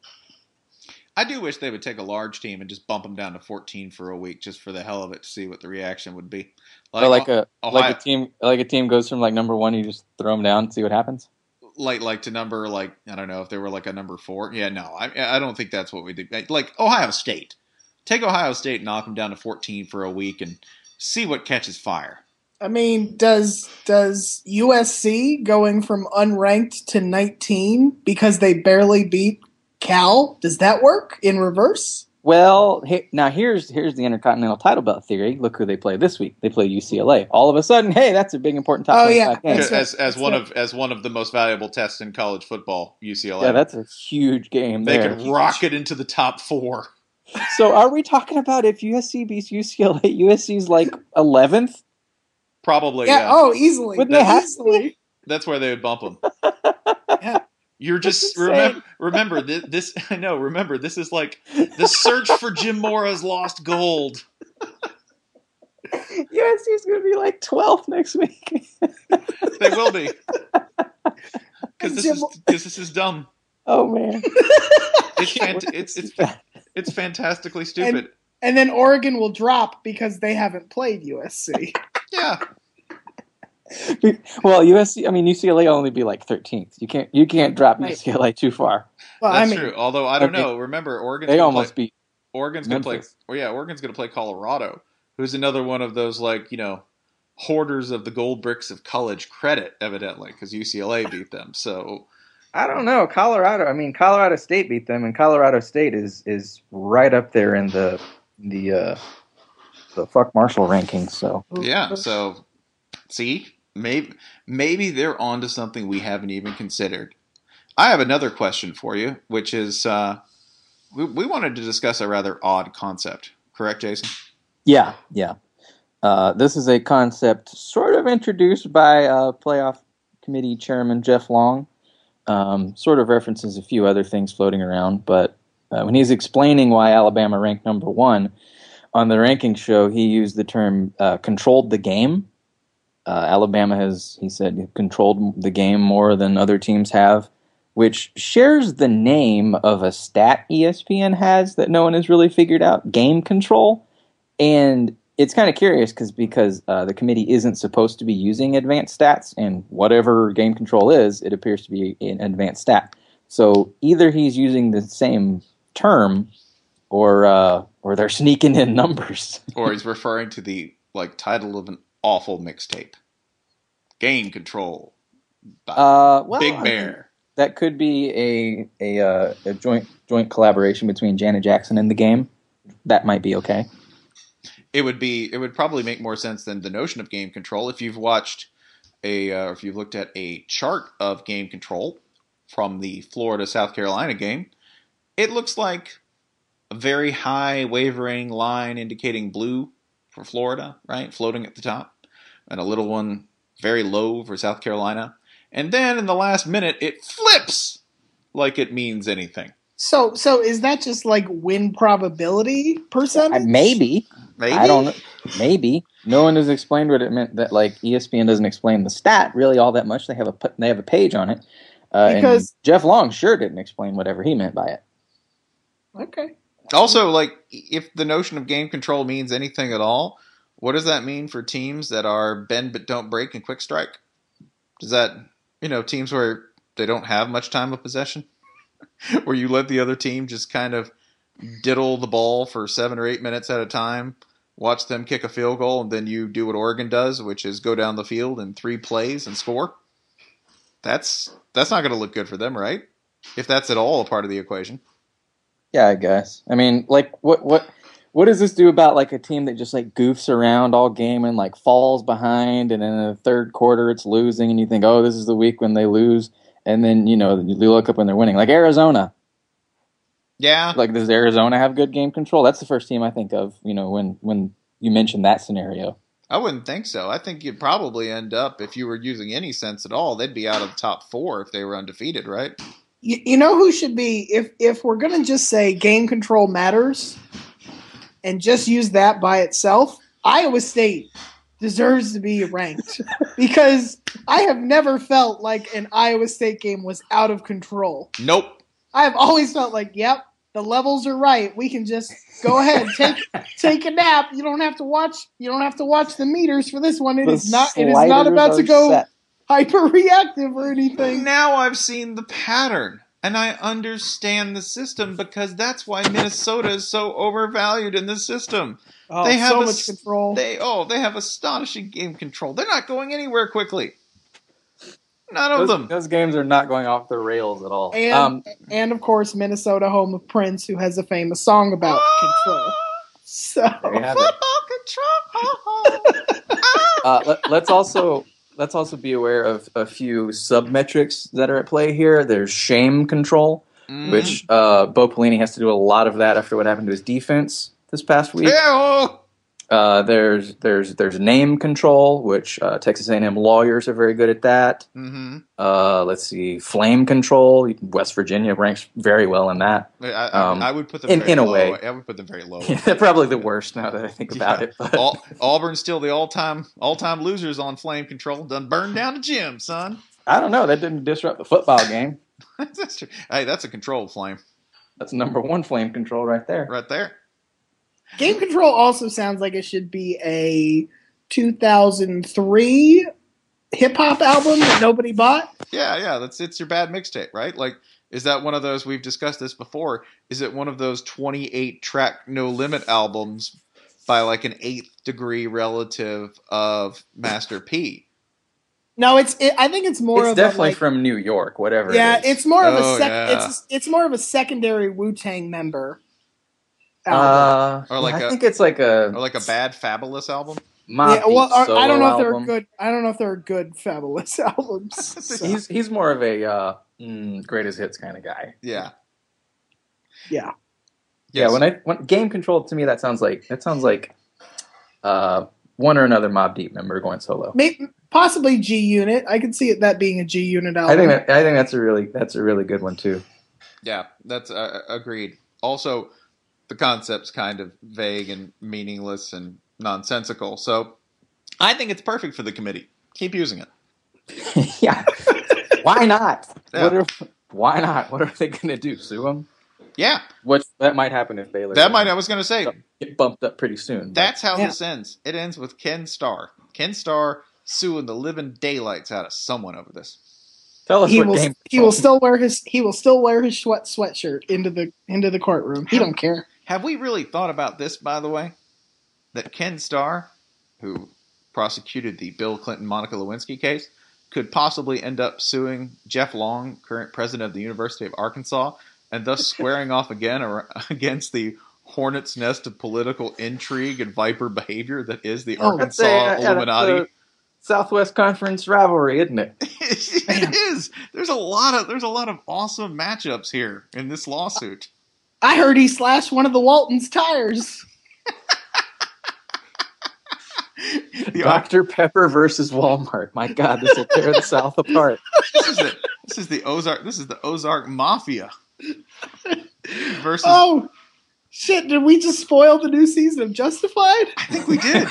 Speaker 1: I do wish they would take a large team and just bump them down to 14 for a week, just for the hell of it, to see what the reaction would be.
Speaker 2: Like, like a
Speaker 1: Ohio-
Speaker 2: like a team like a team goes from like number one, you just throw them down, see what happens.
Speaker 1: like like to number like I don't know if they were like a number four. Yeah, no, I I don't think that's what we do. Like Ohio State, take Ohio State, and knock them down to 14 for a week, and see what catches fire.
Speaker 3: I mean, does does USC going from unranked to 19 because they barely beat Cal? Does that work in reverse?
Speaker 2: Well, he, now here's here's the Intercontinental Title Belt theory. Look who they play this week. They play UCLA. All of a sudden, hey, that's a big important top
Speaker 3: Oh,
Speaker 2: 25
Speaker 3: yeah.
Speaker 2: game.
Speaker 3: That's right.
Speaker 1: as as
Speaker 3: That's
Speaker 1: one
Speaker 3: right.
Speaker 1: of as one of the most valuable tests in college football, UCLA.
Speaker 2: Yeah, that's a huge game
Speaker 1: they
Speaker 2: there.
Speaker 1: could rocket into the top four.
Speaker 2: So are we talking about if USC beats UCLA, USC's like 11th?
Speaker 1: Probably,
Speaker 3: yeah.
Speaker 1: yeah.
Speaker 3: Oh, easily.
Speaker 2: Wouldn't they have to
Speaker 3: easily.
Speaker 2: be?
Speaker 1: That's where they would bump them.
Speaker 3: Yeah.
Speaker 1: You're just
Speaker 2: insane.
Speaker 1: remember remember this, this I know remember this is like the search for Jim Mora's lost gold.
Speaker 2: USC's going to be like 12th next week.
Speaker 1: They will be. Cuz this
Speaker 3: Jim-
Speaker 1: is cuz this is dumb.
Speaker 2: oh, man.
Speaker 1: It's fant- it's it's it's fantastically stupid.
Speaker 3: And- And then Oregon will drop because they haven't played USC.
Speaker 1: yeah.
Speaker 2: well, USC, I mean, UCLA will only be like 13th. You can't, you can't drop
Speaker 3: Right.
Speaker 2: UCLA too far.
Speaker 3: Well,
Speaker 1: That's
Speaker 3: I mean,
Speaker 1: true. Although I don't
Speaker 2: okay.
Speaker 1: know. Remember Oregon's
Speaker 2: They
Speaker 1: gonna
Speaker 2: almost
Speaker 1: play,
Speaker 2: beat
Speaker 1: Oregon's going to play
Speaker 2: Memphis.
Speaker 1: Oh yeah, Oregon's going to play Colorado, who's another one of those like, you know, hoarders of the gold bricks of college credit evidently cuz UCLA beat them. So
Speaker 2: I don't know. Colorado. I mean, Colorado State beat them, and Colorado State is is right up there in the the uh, the fuck Marshall rankings. So
Speaker 1: Yeah. So, see, maybe maybe they're onto something we haven't even considered. I have another question for you, which is uh, we, we wanted to discuss a rather odd concept, correct, Jason?
Speaker 2: yeah, yeah. Uh, this is a concept sort of introduced by uh, playoff committee chairman Jeff Long. Um, sort of references a few other things floating around, but uh, when he's explaining why Alabama ranked number one on the ranking show, he used the term uh, "controlled the game." Uh, Alabama has, he said, controlled the game more than other teams have, which shares the name of a stat E ESPN has that no one has really figured out: game control. And it's kind of curious because because uh, the committee isn't supposed to be using advanced stats, and whatever game control is, it appears to be an advanced stat. So either he's using the same term, or uh, or they're sneaking in numbers.
Speaker 1: Or he's referring to the like title of an awful mixtape, Game Control, by
Speaker 2: Uh, well,
Speaker 1: Big
Speaker 2: I mean,
Speaker 1: Bear.
Speaker 2: that could be a a, uh, a joint joint collaboration between Janet Jackson and the game. That might be okay.
Speaker 1: It would be it would probably make more sense than the notion of game control if you've watched a uh, if you've looked at a chart of game control from the Florida South Carolina game, it looks like a very high wavering line indicating blue for Florida, right? Floating at the top, and a little one very low for South Carolina. And then in the last minute, it flips like it means anything.
Speaker 3: so so is that just like win probability
Speaker 2: I,
Speaker 3: percentage?
Speaker 2: Uh, maybe.
Speaker 1: Maybe
Speaker 2: I don't know. Maybe no one has explained what it meant that like E ESPN doesn't explain the stat really all that much. They have a p- they have a page on it. Uh,
Speaker 3: Because-
Speaker 2: and Jeff Long sure didn't explain whatever he meant by it.
Speaker 3: Okay.
Speaker 1: Also, like, if the notion of game control means anything at all, what does that mean for teams that are bend but don't break and quick strike? Does that, you know, teams where they don't have much time of possession, where you let the other team just kind of diddle the ball for seven or eight minutes at a time, watch them kick a field goal, and then you do what Oregon does, which is go down the field in three plays and score? That's that's not going to look good for them, right? If that's at all a part of the equation.
Speaker 2: Yeah, I guess. I mean, like what what what does this do about like a team that just like goofs around all game and like falls behind and in the third quarter it's losing and you think oh this is the week when they lose and then you know you look up when they're winning like arizona
Speaker 1: Yeah.
Speaker 2: like does arizona have good game control that's the first team i think of you know when when you mention that scenario
Speaker 1: I wouldn't think so. I think you'd probably end up, if you were using any sense at all, they'd be out of the top four if they were undefeated, right?
Speaker 3: You, you know who should be if if we're gonna just say game control matters, and just use that by itself. Iowa State deserves to be ranked because I have never felt like an Iowa State game was out of control.
Speaker 1: Nope.
Speaker 3: I have always felt like, yep, the levels are right. We can just go ahead take take a nap. You don't have to watch. You don't have to watch the meters for this one. It
Speaker 2: The
Speaker 3: is not. It is not
Speaker 2: sliders
Speaker 3: about to
Speaker 2: are
Speaker 3: go
Speaker 2: set.
Speaker 3: hyper reactive or anything.
Speaker 1: Now I've seen the pattern and I understand the system because that's why Minnesota is so overvalued in the system.
Speaker 3: Oh,
Speaker 1: they have
Speaker 3: so
Speaker 1: a
Speaker 3: much
Speaker 1: s-
Speaker 3: control.
Speaker 1: They oh, they have astonishing game control. They're not going anywhere quickly. None of
Speaker 2: those,
Speaker 1: them.
Speaker 2: those games are not going off the rails at all
Speaker 3: and
Speaker 2: um,
Speaker 3: and of course Minnesota, home of Prince, who has a famous song about
Speaker 2: Ah!
Speaker 3: control.
Speaker 2: there you
Speaker 3: So
Speaker 2: have it
Speaker 1: Football control.
Speaker 2: Uh, let, let's also let's also be aware of a few submetrics that are at play here. There's shame control,
Speaker 3: Mm.
Speaker 2: which uh, Bo Pelini has to do a lot of that after what happened to his defense this past week.
Speaker 1: Yeah.
Speaker 2: Uh, there's there's there's name control, which uh, Texas A&M lawyers are very good at that.
Speaker 3: Mm.
Speaker 1: Mm-hmm.
Speaker 2: Uh, let's see, flame control. West Virginia ranks very well in that.
Speaker 1: I, I,
Speaker 2: Um,
Speaker 1: I would put them
Speaker 2: in-
Speaker 1: very
Speaker 2: in a
Speaker 1: low.
Speaker 2: way.
Speaker 1: I would put them very low.
Speaker 2: They're probably the worst now that I think about
Speaker 1: Yeah.
Speaker 2: it. But
Speaker 1: Al- Auburn's still the all-time all-time losers on flame control. Done burned down the gym, son.
Speaker 2: I don't know. That didn't disrupt the football game.
Speaker 1: that's true. Hey, that's a controlled flame
Speaker 2: That's number one flame control right there.
Speaker 1: right there.
Speaker 3: game control also sounds like it should be a 2003 hip hop album that nobody bought.
Speaker 1: Yeah, yeah. That's it's your bad mixtape, right? Like, is that one of those we've discussed this before? Is it one of those twenty-eight track No Limit albums by like an eighth degree relative of Master P?
Speaker 3: No, it's. It, I think it's more
Speaker 2: it's
Speaker 3: of
Speaker 2: definitely
Speaker 3: a, like,
Speaker 2: from New York, whatever.
Speaker 3: Yeah,
Speaker 2: it is.
Speaker 3: it's more of
Speaker 1: Oh,
Speaker 3: a sec-
Speaker 1: yeah.
Speaker 3: it's it's more of a secondary Wu Tang member. album.
Speaker 2: uh,
Speaker 1: Or like
Speaker 2: I
Speaker 1: a-
Speaker 2: think it's like a
Speaker 1: Or like a bad Fabulous album?
Speaker 2: Mobb
Speaker 3: yeah, well, uh,
Speaker 2: Deep
Speaker 3: I- I don't know if
Speaker 2: solo
Speaker 3: they're
Speaker 2: album.
Speaker 3: good. I don't know if they're good fabulous albums. So,
Speaker 2: He's he's more of a uh, mm, greatest hits kind of guy.
Speaker 1: Yeah.
Speaker 3: yeah,
Speaker 2: Yeah,
Speaker 1: Yes.
Speaker 2: when I when game control to me that sounds like that sounds like uh, one or another Mob Deep member going solo.
Speaker 3: May- possibly G Unit. I could see it that being a G Unit album.
Speaker 2: I think that, I think that's a really that's a really good one too.
Speaker 1: Yeah, that's uh, agreed. Also, the concept's kind of vague and meaningless and nonsensical. So, I think it's perfect for the committee. Keep using it.
Speaker 2: yeah, why not?
Speaker 1: Yeah.
Speaker 2: What are, why not? What are they going to do? Sue them?
Speaker 1: Yeah,
Speaker 2: Which that might happen if Baylor
Speaker 1: that might. I was gonna say
Speaker 2: get bumped up pretty soon. but-
Speaker 1: that's how
Speaker 3: Yeah.
Speaker 1: this ends. It ends with Ken Starr. Ken Starr suing the living daylights out of someone over this.
Speaker 2: tell us
Speaker 3: he
Speaker 2: what
Speaker 3: will
Speaker 2: game.
Speaker 3: he will still wear his he will still wear his sweat sweatshirt into the into the courtroom. He don't care.
Speaker 1: Have we really thought about this, by the way? That Ken Starr, who prosecuted the Bill Clinton Monica Lewinsky case, could possibly end up suing Jeff Long, current president of the University of Arkansas, and thus squaring off again ar- against the hornet's nest of political intrigue and viper behavior that is the
Speaker 3: Oh,
Speaker 2: That's
Speaker 1: Arkansas
Speaker 2: a- yeah, that's
Speaker 1: Illuminati.
Speaker 2: a uh, Southwest Conference rivalry, isn't it?
Speaker 1: it is. There's a lot of there's a lot of awesome matchups here in this lawsuit.
Speaker 3: I heard he slashed one of the Walton's tires.
Speaker 1: The Ar-
Speaker 2: Dr. Pepper versus Walmart. My God, this will tear the South apart.
Speaker 1: this is the this is the Ozark this is the Ozark Mafia versus.
Speaker 3: Oh shit! Did we just spoil the new season of Justified?
Speaker 1: I think we did.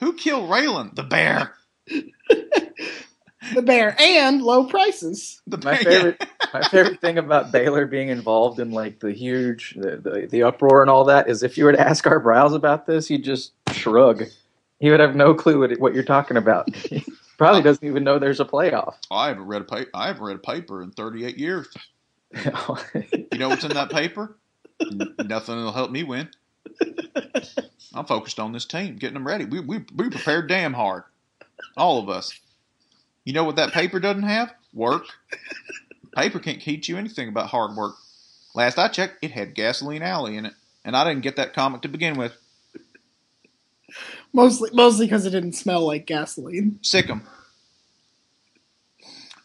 Speaker 1: Who killed Raylan? The bear.
Speaker 3: The bear and low prices.
Speaker 1: The
Speaker 2: My
Speaker 1: bear.
Speaker 2: favorite, my favorite thing about Baylor being involved in like the huge, the, the, the uproar and all that is, if you were to ask our Bryles about this, he'd just shrug. He would have no clue what, what you're talking about. He probably doesn't even know there's a playoff.
Speaker 1: Oh, I haven't read a paper. I haven't read a paper in 38 years. You know what's in that paper? N- Nothing that'll help me win. I'm focused on this team, getting them ready. We we we prepared damn hard, all of us. You know what that paper doesn't have? Work. Paper can't teach you anything about hard work. Last I checked, it had gasoline alley in it. and I didn't get that comic to begin with.
Speaker 3: Mostly, mostly because it didn't smell like gasoline.
Speaker 1: Sick 'em.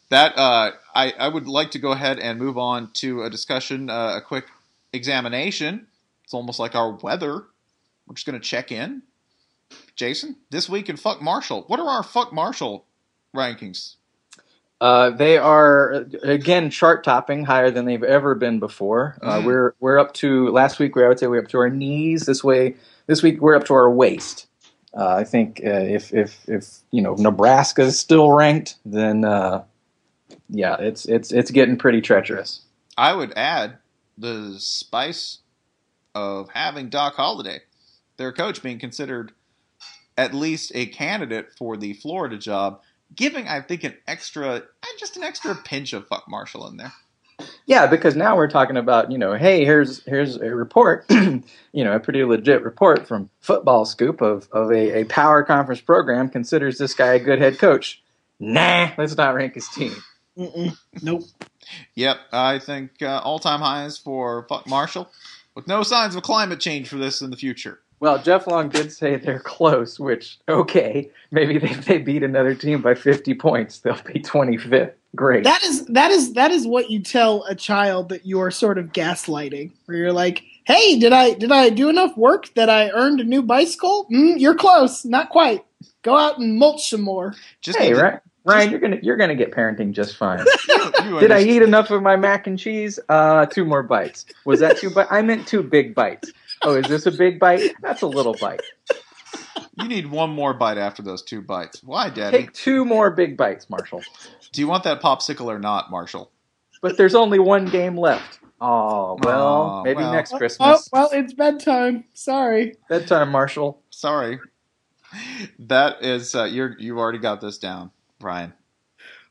Speaker 1: That uh, I I would like to go ahead and move on to a discussion, uh, a quick examination. It's almost like our weather. We're just gonna check in. Jason, this week in fuck Marshall. What are our fuck Marshall rankings?
Speaker 2: Uh, they are again chart topping, higher than they've ever been before. Uh, We're we're up to last week. We I would say we're up to our knees. This way, this week we're up to our waist. Uh, I think uh, if if if you know Nebraska is still ranked, then uh, yeah, it's it's it's getting pretty treacherous.
Speaker 1: I would add the spice of having Doc Holliday, their coach, being considered at least a candidate for the Florida job, giving I think an extra, eh, just an extra pinch of fuck Marshall in there.
Speaker 2: Yeah, because now we're talking about you know, hey, here's here's a report, you know, a pretty legit report from Football Scoop of of a, a power conference program considers this guy a good head coach. Nah, let's not rank his team.
Speaker 3: Mm-mm. Nope.
Speaker 1: Yep, I think uh, all-time highs for fuck Marshall, with no signs of climate change for this in the future.
Speaker 2: Well, Jeff Long did say they're close, which okay, maybe they, they beat another team by fifty points, they'll be twenty fifth. Great.
Speaker 3: That is that is that is what you tell a child that you're sort of gaslighting, where you're like, "Hey, did I did I do enough work that I earned a new bicycle? Mm, you're close, not quite. Go out and mulch some more."
Speaker 1: Just
Speaker 2: hey,
Speaker 1: because-
Speaker 2: Ryan, Ryan, you're gonna you're gonna get parenting just fine.
Speaker 1: you
Speaker 2: Did I
Speaker 1: understand.
Speaker 2: eat enough of my mac and cheese? Uh, two more bites. Was that two bites? I meant two big bites. Oh, is this a big bite? That's a little bite.
Speaker 1: You need one more bite after those two bites. Why, Daddy?
Speaker 2: Take two more big bites, Marshall.
Speaker 1: Do you want that popsicle or not, Marshall?
Speaker 2: But there's only one game left. Oh, well,
Speaker 1: Aw,
Speaker 2: maybe
Speaker 1: well.
Speaker 2: next
Speaker 3: Oh,
Speaker 2: Christmas.
Speaker 3: well, it's bedtime. Sorry.
Speaker 2: Bedtime, Marshall.
Speaker 1: Sorry, that is uh, you're you already got this down, Brian.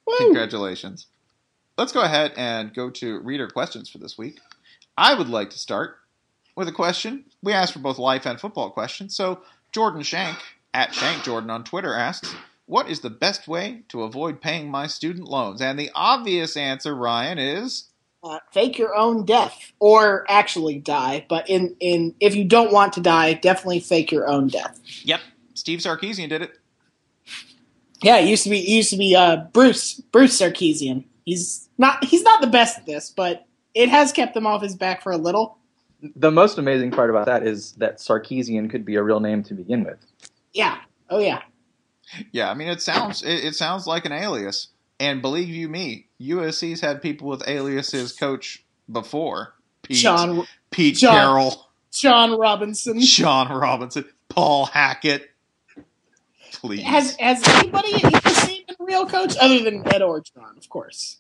Speaker 3: Woo.
Speaker 1: Congratulations. Let's go ahead and go to reader questions for this week. I would like to start with a question. We asked for both life and football questions. So Jordan Shank at Shank Jordan on Twitter asks, "What is the best way to avoid paying my student loans?" And the obvious answer, Ryan, is
Speaker 3: Uh, fake your own death, or actually die. But in in if you don't want to die, definitely fake your own death.
Speaker 1: yep. Steve Sarkeesian did it.
Speaker 3: Yeah, it used to be it used to be uh, Bruce Bruce Sarkeesian. He's not he's not the best at this, but it has kept him off his back for a little.
Speaker 2: The most amazing part about that is that Sarkeesian could be a real name to begin with.
Speaker 3: Yeah. Oh yeah.
Speaker 1: Yeah, I mean it sounds it, it sounds like an alias. And believe you me, USC's had people with aliases coach before. Pete,
Speaker 3: John
Speaker 1: Pete
Speaker 3: John-
Speaker 1: Carroll.
Speaker 3: John Robinson.
Speaker 1: Sean Robinson, Paul Hackett. Please.
Speaker 3: Has has anybody ever seen a real coach other than Ed Orgeron, of course.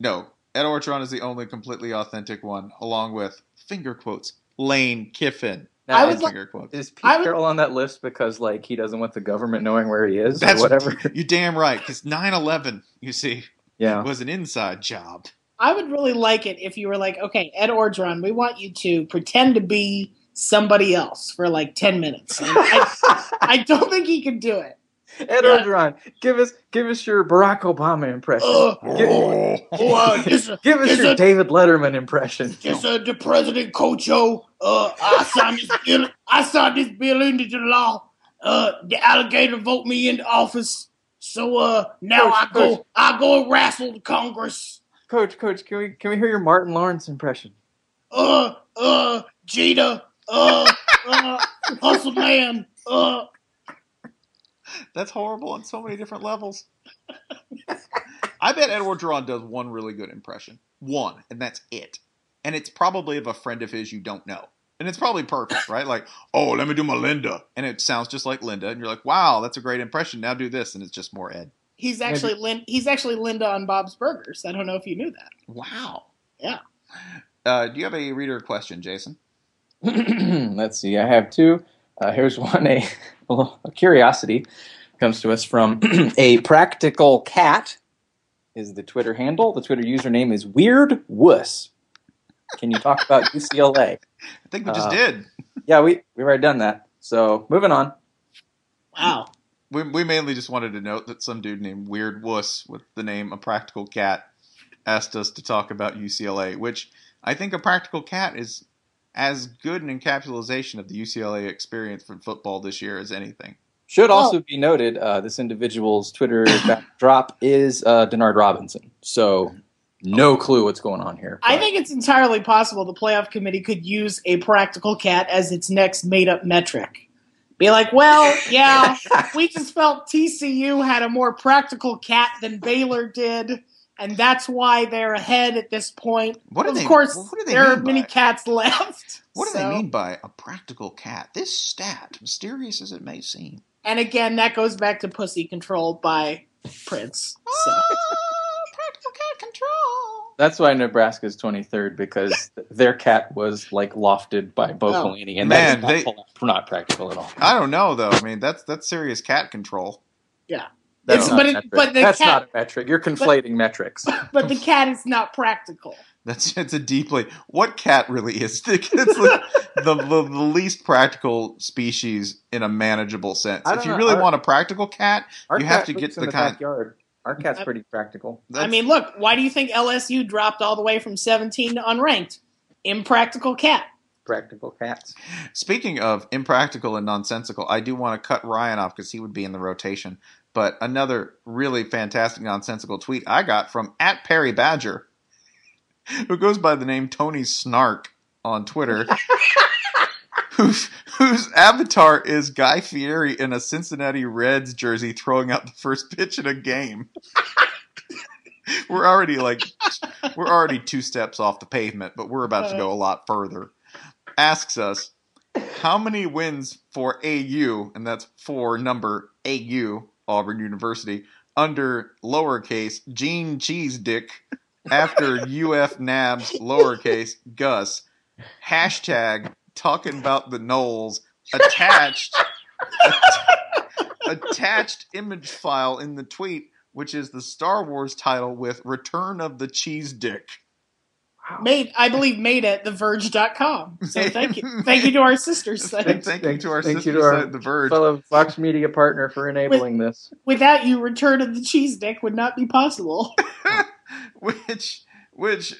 Speaker 1: no, Ed Ortron is the only completely authentic one, along with finger quotes Lane Kiffin.
Speaker 2: Now,
Speaker 3: I would
Speaker 2: is,
Speaker 3: like-
Speaker 1: finger quotes.
Speaker 2: is Pete
Speaker 3: I would-
Speaker 2: Carroll on that list because like he doesn't want the government knowing where he is
Speaker 1: That's
Speaker 2: or whatever?
Speaker 1: You damn right, because 9/11, you see,
Speaker 2: yeah.
Speaker 1: was an inside job.
Speaker 3: I would really like it if you were like, okay, Ed Orgeron, we want you to pretend to be somebody else for like ten minutes. And I, I don't think he could do it.
Speaker 2: Ed
Speaker 3: Yeah.
Speaker 2: Orgeron, give us give us your Barack Obama impression.
Speaker 3: Ugh.
Speaker 2: Give,
Speaker 3: Oh, it's a-
Speaker 2: give us
Speaker 3: it's
Speaker 2: your
Speaker 3: a-
Speaker 2: David Letterman impression.
Speaker 3: Yes, uh, the president, Cocho, uh, I signed this bill. I signed this bill into the law. Uh, the alligator vote me into office. So uh, now
Speaker 2: Coach,
Speaker 3: I go,
Speaker 2: Coach.
Speaker 3: I go and wrestle the Congress.
Speaker 2: Coach, coach, can we can we hear your Martin Lawrence impression?
Speaker 3: Uh, uh, Jeter, uh, uh, hustle man. Uh,
Speaker 1: That's horrible on so many different levels. I bet Ed Orgeron does one really good impression, one, and that's it. And it's probably of a friend of his you don't know, and it's probably perfect, right? Like, oh, let me do my Linda, and it sounds just like Linda, and you're like, wow, that's a great impression. Now do this, and it's just more Ed.
Speaker 3: he's
Speaker 2: actually
Speaker 3: Lin- he's actually Linda on Bob's Burgers. I don't know if you knew that.
Speaker 1: Wow.
Speaker 3: Yeah.
Speaker 1: Uh, do you have a reader question, Jason?
Speaker 2: Let's see. I have two. Uh, here's one. A, a curiosity comes to us from a practical cat. Is the Twitter handle? The Twitter username is Weird Wuss. Can you talk about UCLA?
Speaker 1: I think we just
Speaker 2: Uh,
Speaker 1: did.
Speaker 2: Yeah, we we've already done that. So moving on.
Speaker 3: Wow.
Speaker 1: We, we mainly just wanted to note that some dude named Weird Wuss with the name A Practical Cat asked us to talk about UCLA, which I think A Practical Cat is as good an encapsulation of the UCLA experience from football this year as anything.
Speaker 2: Should also be noted, uh, this individual's Twitter backdrop is uh, Denard Robinson. So no clue what's going on here.
Speaker 3: I think it's entirely possible the playoff committee could use a practical cat as its next made up metric. Be like, well, yeah, we just felt TCU had a more practical cat than Baylor did, and that's why they're ahead at this point.
Speaker 1: What do
Speaker 3: of
Speaker 1: they-
Speaker 3: course,
Speaker 1: what do they
Speaker 3: there are
Speaker 1: mean
Speaker 3: many
Speaker 1: by-
Speaker 3: cats left.
Speaker 1: What do
Speaker 3: so-
Speaker 1: they mean by a practical cat? This stat, mysterious as it may seem.
Speaker 3: And again, that goes back to pussy control by Prince. So.
Speaker 1: practical cat control.
Speaker 2: That's why Nebraska's 23rd because th- their cat was like lofted by Bo
Speaker 3: Oh.
Speaker 2: Pelini, and
Speaker 1: Man,
Speaker 2: that's
Speaker 1: they-
Speaker 2: not, pol- not practical at all.
Speaker 1: I don't know though. I mean, that's that's serious cat control.
Speaker 3: Yeah.
Speaker 1: That
Speaker 3: It's-
Speaker 2: not
Speaker 1: don't-
Speaker 3: but
Speaker 2: a
Speaker 3: it-
Speaker 2: metric.
Speaker 3: but the
Speaker 2: that's
Speaker 3: cat-
Speaker 2: not a metric. You're conflating metrics.
Speaker 3: But the cat is not practical.
Speaker 1: That's it's a deeply what cat really is. It's like the, the the least practical species in a manageable sense.
Speaker 2: I
Speaker 1: If
Speaker 2: don't
Speaker 1: you
Speaker 2: know.
Speaker 1: really
Speaker 2: Our-
Speaker 1: want a practical cat,
Speaker 2: Our
Speaker 1: you have
Speaker 2: cat
Speaker 1: to get
Speaker 2: lives
Speaker 1: the
Speaker 2: in the
Speaker 1: kind.
Speaker 2: backyard. Our
Speaker 3: Uh,
Speaker 2: cat's pretty practical.
Speaker 3: I
Speaker 1: that's-
Speaker 3: mean, look, why do you think LSU dropped all the way from 17 to unranked? Impractical cat.
Speaker 2: Practical cats.
Speaker 1: Speaking of impractical and nonsensical, I do want to cut Ryan off because he would be in the rotation. But another really fantastic nonsensical tweet I got from at Perry Badger, who goes by the name Tony Snark on Twitter, whose whose avatar is Guy Fieri in a Cincinnati Reds jersey throwing out the first pitch in a game. we're already like we're already two steps off the pavement, but we're about to go a lot further. Asks us how many wins for AU, and that's for number AU, Auburn University, under lowercase Gene Cheese Dick after UF Nabs lowercase Gus. Hashtag talking about the Knowles attached attached image file in the tweet, which is the Star Wars title with Return of the Cheese Dick.
Speaker 3: Made, I believe, made at theverge.com. So thank you. thank you to our sisters.
Speaker 1: Thank,
Speaker 3: site.
Speaker 1: you to our
Speaker 2: Thank
Speaker 1: sister
Speaker 2: you to our
Speaker 1: site, The Verge.
Speaker 2: fellow Fox Media partner for enabling this.
Speaker 3: Without you, return of the cheese dick would not be possible.
Speaker 1: which which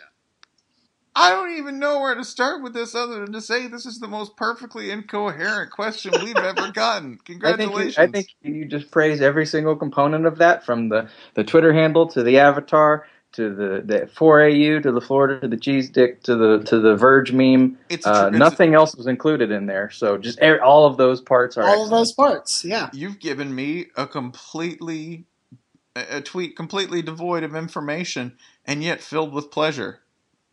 Speaker 1: I don't even know where to start with this other than to say this is the most perfectly incoherent question we've ever gotten.
Speaker 2: I think, you,
Speaker 1: Congratulations.
Speaker 2: I think you just praise every single component of that from the, the Twitter handle to the avatar to the, the 4AU to the Florida to the cheese dick to the to the Verge meme.
Speaker 1: It's a tr-
Speaker 2: uh,
Speaker 1: it's a-
Speaker 2: nothing else was included in there. So just e- all of those parts are
Speaker 3: all of
Speaker 2: excellent.
Speaker 3: those parts. Yeah.
Speaker 1: You've given me a completely a a tweet completely devoid of information and yet filled with pleasure.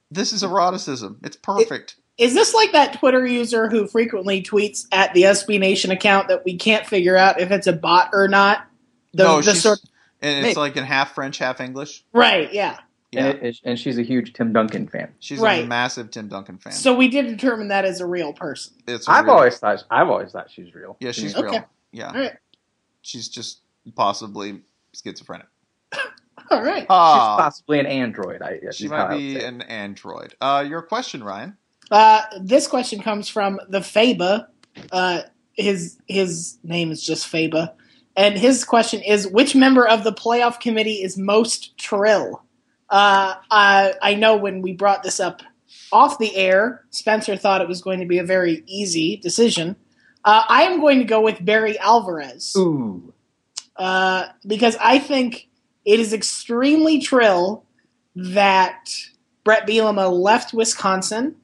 Speaker 1: This is eroticism. It's perfect.
Speaker 3: Is this like that Twitter user who frequently tweets at the SB Nation account that we can't figure out if it's a bot or not? The,
Speaker 1: no,
Speaker 3: the
Speaker 1: she's,
Speaker 3: sort-
Speaker 1: and it's
Speaker 2: Maybe.
Speaker 1: like in half French, half English.
Speaker 3: right, yeah.
Speaker 1: Yeah.
Speaker 2: And, it, and she's a huge Tim Duncan fan.
Speaker 1: She's a
Speaker 3: right.
Speaker 1: massive Tim Duncan fan.
Speaker 3: So we did determine that as a real person.
Speaker 1: it's
Speaker 2: I've
Speaker 1: real.
Speaker 2: always thought I've always thought she's real.
Speaker 1: Yeah, she's
Speaker 3: Okay.
Speaker 1: real. Yeah.
Speaker 3: All right.
Speaker 1: She's just possibly schizophrenic.
Speaker 3: All right.
Speaker 2: She's
Speaker 1: Ah,
Speaker 2: possibly an android. I,
Speaker 1: she
Speaker 2: is how
Speaker 1: might
Speaker 2: I would
Speaker 1: be
Speaker 2: say it.
Speaker 1: an android. Uh, your question, Ryan.
Speaker 3: Uh, this question comes from the Faba. Uh, his his name is just Faba, and his question is: Which member of the playoff committee is most trill? Uh, I, I know when we brought this up off the air, Spencer thought it was going to be a very easy decision. Uh, I am going to go with Barry Alvarez
Speaker 2: Ooh,
Speaker 3: uh, because I think it is extremely trill that Brett Bielema left Wisconsin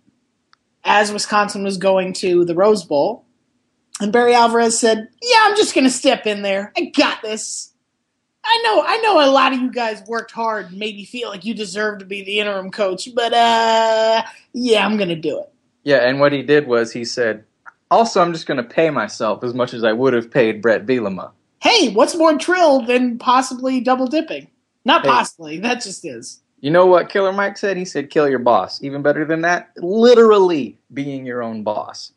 Speaker 3: as Wisconsin was going to the Rose Bowl. And Barry Alvarez said, Yeah, I'm just going to step in there. I got this. I know, I know a lot of you guys worked hard and maybe feel like you deserve to be the interim coach, but uh, yeah, I'm going to do it.
Speaker 2: yeah. And what he did was he said, "Also, I'm just going to pay myself as much as I would have paid Brett Bielema."
Speaker 3: Hey, what's more trill than possibly double dipping? Not
Speaker 2: Hey.
Speaker 3: possibly, that just is.
Speaker 2: You know what Killer Mike said? He said, "Kill your boss." Even better than that, literally being your own boss,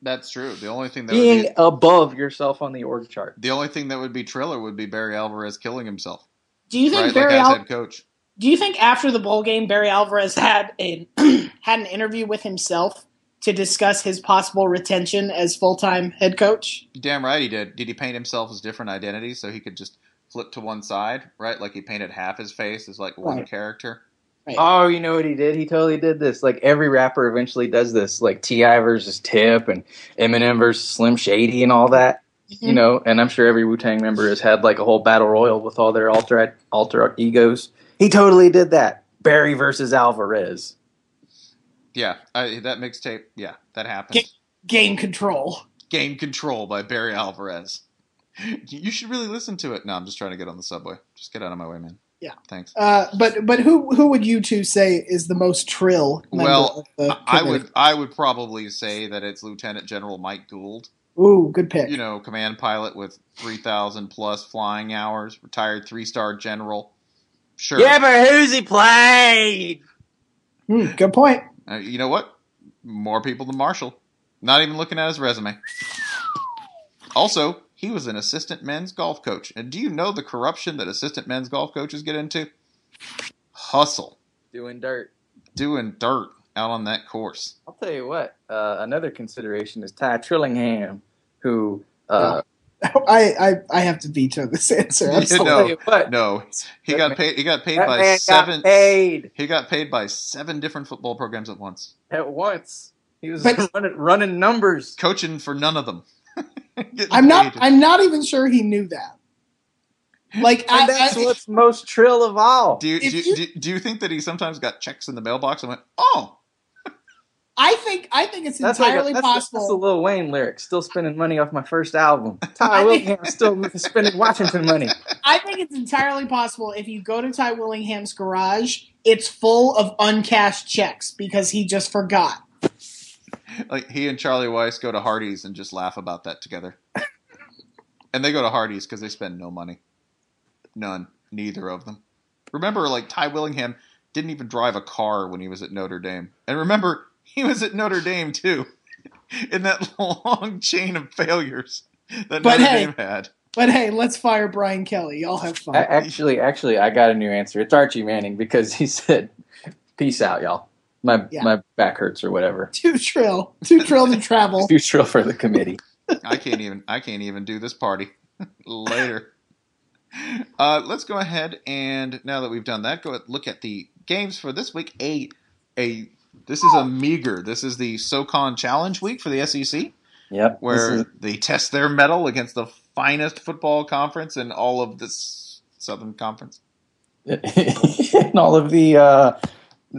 Speaker 1: That's true. The only thing that
Speaker 2: being
Speaker 1: would be,
Speaker 2: above yourself on the org chart.
Speaker 1: the only thing that would be Triller would be Barry Alvarez killing himself,
Speaker 3: Do you think
Speaker 1: right? Like
Speaker 3: Barry
Speaker 1: as
Speaker 3: Alvarez?
Speaker 1: head coach.
Speaker 3: Do you think after the bowl game, Barry Alvarez had an had an interview with himself to discuss his possible retention as full time head coach?
Speaker 1: Damn right he did. Did he paint himself as different identities so he could just flip to one side, right? Like he painted half his face as like one
Speaker 3: Right.
Speaker 1: character.
Speaker 3: Right.
Speaker 2: Oh, you know what he did? He totally did this. Like every rapper eventually does this, like T.I. versus Tip and Eminem versus Slim Shady and all that. You know, and I'm sure every Wu Tang member has had like a whole battle royal with all their alter alter egos. He totally did that. Barry versus Alvarez.
Speaker 1: Yeah, I, that mixtape. Yeah, that happened.
Speaker 3: Ga- Game control.
Speaker 1: Game Control by Barry Alvarez. You should really listen to it. No, I'm just trying to get on the subway. Just get out of my way, man.
Speaker 3: Yeah.
Speaker 1: Thanks.
Speaker 3: Uh, but but who who would you two say is the most trill? member
Speaker 1: well,
Speaker 3: of the
Speaker 1: I I
Speaker 3: committee?
Speaker 1: would I would probably say that it's Lieutenant General Mike Gould.
Speaker 3: Ooh, good pick.
Speaker 1: You know, command pilot with 3,000 plus flying hours, retired three star general. Sure.
Speaker 2: but who's he played?
Speaker 3: Hmm, good point.
Speaker 1: Uh, you know what? More people than Marshall. Not even looking at his resume. Also, he was an assistant men's golf coach. And do you know the corruption that assistant men's golf coaches get into? Hustle,
Speaker 2: Doing dirt.
Speaker 1: doing dirt out on that course.
Speaker 2: I'll tell you what. Uh, another consideration is Ty Trillingham, who uh,
Speaker 3: I, I I have to veto this answer. I'm
Speaker 1: You
Speaker 3: sorry.
Speaker 1: know,
Speaker 2: tell you what.
Speaker 1: No, he
Speaker 2: That
Speaker 1: got
Speaker 2: man-
Speaker 1: paid. He got paid
Speaker 2: that
Speaker 1: by
Speaker 2: man
Speaker 1: seven.
Speaker 2: got paid
Speaker 1: He got paid by seven different football programs at once,
Speaker 2: at once. He was
Speaker 3: But-
Speaker 2: running, running numbers.
Speaker 1: coaching for none of them. Getting
Speaker 3: I'm not.
Speaker 1: paid.
Speaker 3: I'm not even sure he knew that. Like I,
Speaker 2: And that's
Speaker 3: I-
Speaker 2: what's most trill of all.
Speaker 1: do you, do,
Speaker 3: if
Speaker 1: you,
Speaker 3: you-
Speaker 1: do, do you think that he sometimes got checks in the mailbox and went, "Oh,
Speaker 3: I think. I think it's
Speaker 2: that's
Speaker 3: entirely
Speaker 2: like a, that's,
Speaker 3: possible.
Speaker 2: That's a Lil Wayne lyric. Still spending money off my first album. Ty
Speaker 3: I mean-
Speaker 2: Willingham still spending Washington money.
Speaker 3: I think it's entirely possible if you go to Ty Willingham's garage, it's full of uncashed checks because he just forgot.
Speaker 1: like he and Charlie Weiss go to Hardee's and just laugh about that together. and they go to Hardee's because they spend no money, none, neither of them. Remember, like Ty Willingham didn't even drive a car when he was at Notre Dame, and remember he was at Notre Dame too, in that long chain of failures that
Speaker 3: But
Speaker 1: Notre
Speaker 3: hey.
Speaker 1: Dame had.
Speaker 3: But hey, let's fire Brian Kelly. Y'all have fun.
Speaker 2: A- Actually, actually, I got a new answer. It's Archie Manning because he said, "Peace out, y'all. My
Speaker 3: Yeah.
Speaker 2: my back hurts or whatever."
Speaker 3: too trill. Too trill to travel.
Speaker 2: Too trill for the committee.
Speaker 1: I can't even I can't even do this party later. Uh, let's go ahead and now that we've done that, go ahead, look at the games for this week. A a this is a meager. This is the SoCon Challenge week for the SEC,
Speaker 2: Yep. this
Speaker 1: where
Speaker 2: is-
Speaker 1: they test their metal against the finest football conference in all of this Southern Conference,
Speaker 2: in all of the uh,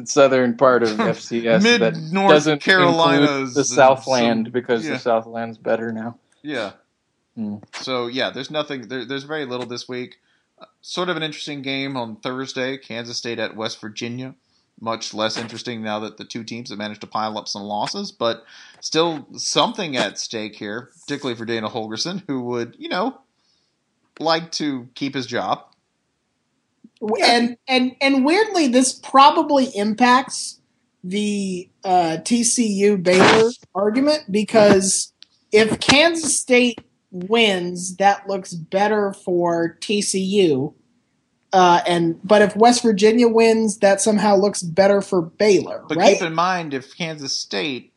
Speaker 2: southern part of FCS
Speaker 1: Mid-
Speaker 2: that
Speaker 1: North
Speaker 2: doesn't
Speaker 1: Carolinas
Speaker 2: include the
Speaker 1: and
Speaker 2: Southland
Speaker 1: some-
Speaker 2: because
Speaker 1: yeah.
Speaker 2: the Southland's better now.
Speaker 1: Yeah.
Speaker 2: Hmm.
Speaker 1: So yeah, there's nothing. There, there's very little this week. Uh, Sort of an interesting game on Thursday. Kansas State at West Virginia. Much less interesting now that the two teams have managed to pile up some losses, but still something at stake here, particularly for Dana Holgerson, who would you know like to keep his job.
Speaker 3: And and and weirdly, this probably impacts the uh, TCU Baylor argument because if Kansas State wins, that looks better for TCU. Uh, and but if West Virginia wins, that somehow looks better for Baylor,
Speaker 1: But
Speaker 3: right?
Speaker 1: keep in mind, if Kansas State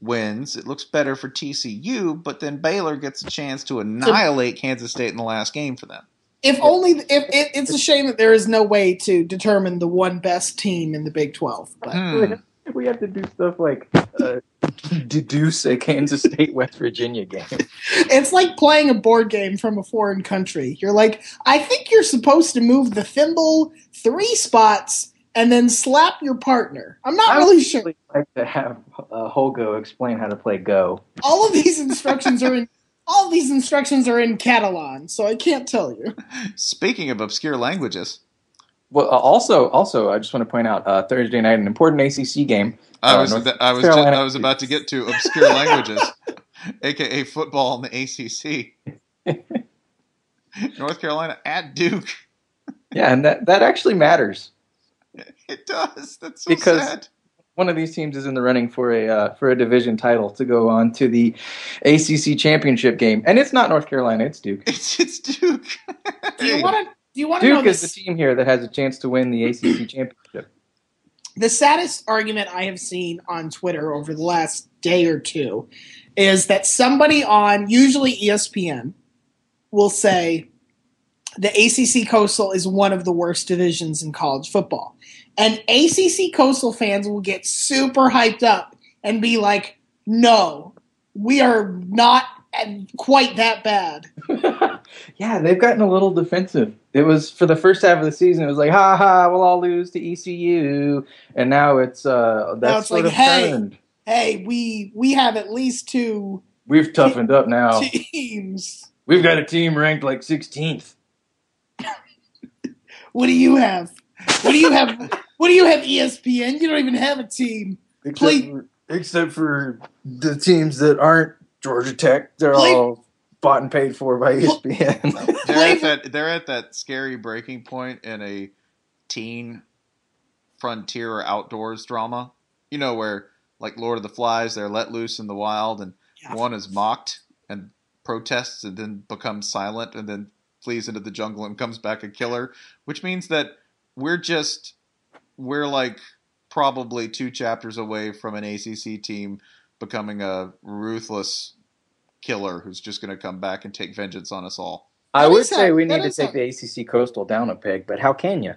Speaker 1: wins, it looks better for TCU, but then Baylor gets a chance to annihilate Kansas State in the last game for them.
Speaker 3: if only if it, it's a shame that there is no way to determine the one best team in the Big Twelve. But
Speaker 1: Hmm.
Speaker 2: We have to do stuff like uh, deduce a Kansas State West Virginia game.
Speaker 3: It's like playing a board game from a foreign country. You're like, I think you're supposed to move the thimble three spots and then slap your partner. I'm not really sure.
Speaker 2: like to have uh, Holgo explain how to play Go.
Speaker 3: All of these instructions are in all of these instructions are in Catalan, so I can't tell you.
Speaker 1: Speaking of obscure languages,
Speaker 2: Well, uh, also, also, I just want to point out uh, Thursday night an important ACC game.
Speaker 1: I
Speaker 2: Uh,
Speaker 1: was
Speaker 2: North
Speaker 1: I was ju-
Speaker 2: Carolina-
Speaker 1: I was about to get to obscure languages, aka football and the ACC. North Carolina at Duke.
Speaker 2: Yeah, and that that actually matters.
Speaker 1: It does. That's so
Speaker 2: Because-
Speaker 1: sad.
Speaker 2: one of these teams is in the running for a uh, for a division title to go on to the ACC championship game, and it's not North Carolina, it's Duke.
Speaker 1: It's it's Duke.
Speaker 3: Do you
Speaker 1: Hey,
Speaker 3: want to? Do you want to know
Speaker 2: Duke is the
Speaker 3: this?
Speaker 2: team here that has a chance to win the ACC championship.
Speaker 3: the saddest argument I have seen on Twitter over the last day or two E is that somebody on usually ESPN will say, the ACC Coastal is one of the worst divisions in college football. And ACC Coastal fans will get super hyped up and be like, no, we are not quite that bad.
Speaker 2: Yeah, they've gotten a little defensive. It was for the first half of the season. It was like, ha ha, we'll all lose to ECU, and now it's uh, that's
Speaker 3: it's
Speaker 2: sort
Speaker 3: like,
Speaker 2: of
Speaker 3: hey.
Speaker 2: turned.
Speaker 3: Hey, we we have at least two
Speaker 2: We've toughened up now.
Speaker 3: teams.
Speaker 2: We've got a team ranked like 16th.
Speaker 3: What do you have? What do you have? What do you have? E ESPN? You don't even have a team.
Speaker 2: Except
Speaker 3: Play-
Speaker 2: for, except for the teams that aren't Georgia Tech, they're
Speaker 3: Play-
Speaker 2: all bought and paid for by E ESPN.
Speaker 1: They're
Speaker 3: Play-
Speaker 1: at that they're at that scary breaking point in a teen frontier or outdoors drama. You know where like Lord of the Flies, they're let loose in the wild and
Speaker 3: Yeah.
Speaker 1: one is mocked and protests and then becomes silent and then flees into the jungle and comes back a killer, which means that we're just we're like probably two chapters away from an ACC team becoming a ruthless killer who's just going to come back and take vengeance on us all.
Speaker 2: I
Speaker 3: That
Speaker 2: would
Speaker 3: is
Speaker 2: say
Speaker 3: a-
Speaker 2: we
Speaker 3: that
Speaker 2: need to
Speaker 3: is
Speaker 2: take
Speaker 3: a-
Speaker 2: the ACC Coastal down a peg, but how can you?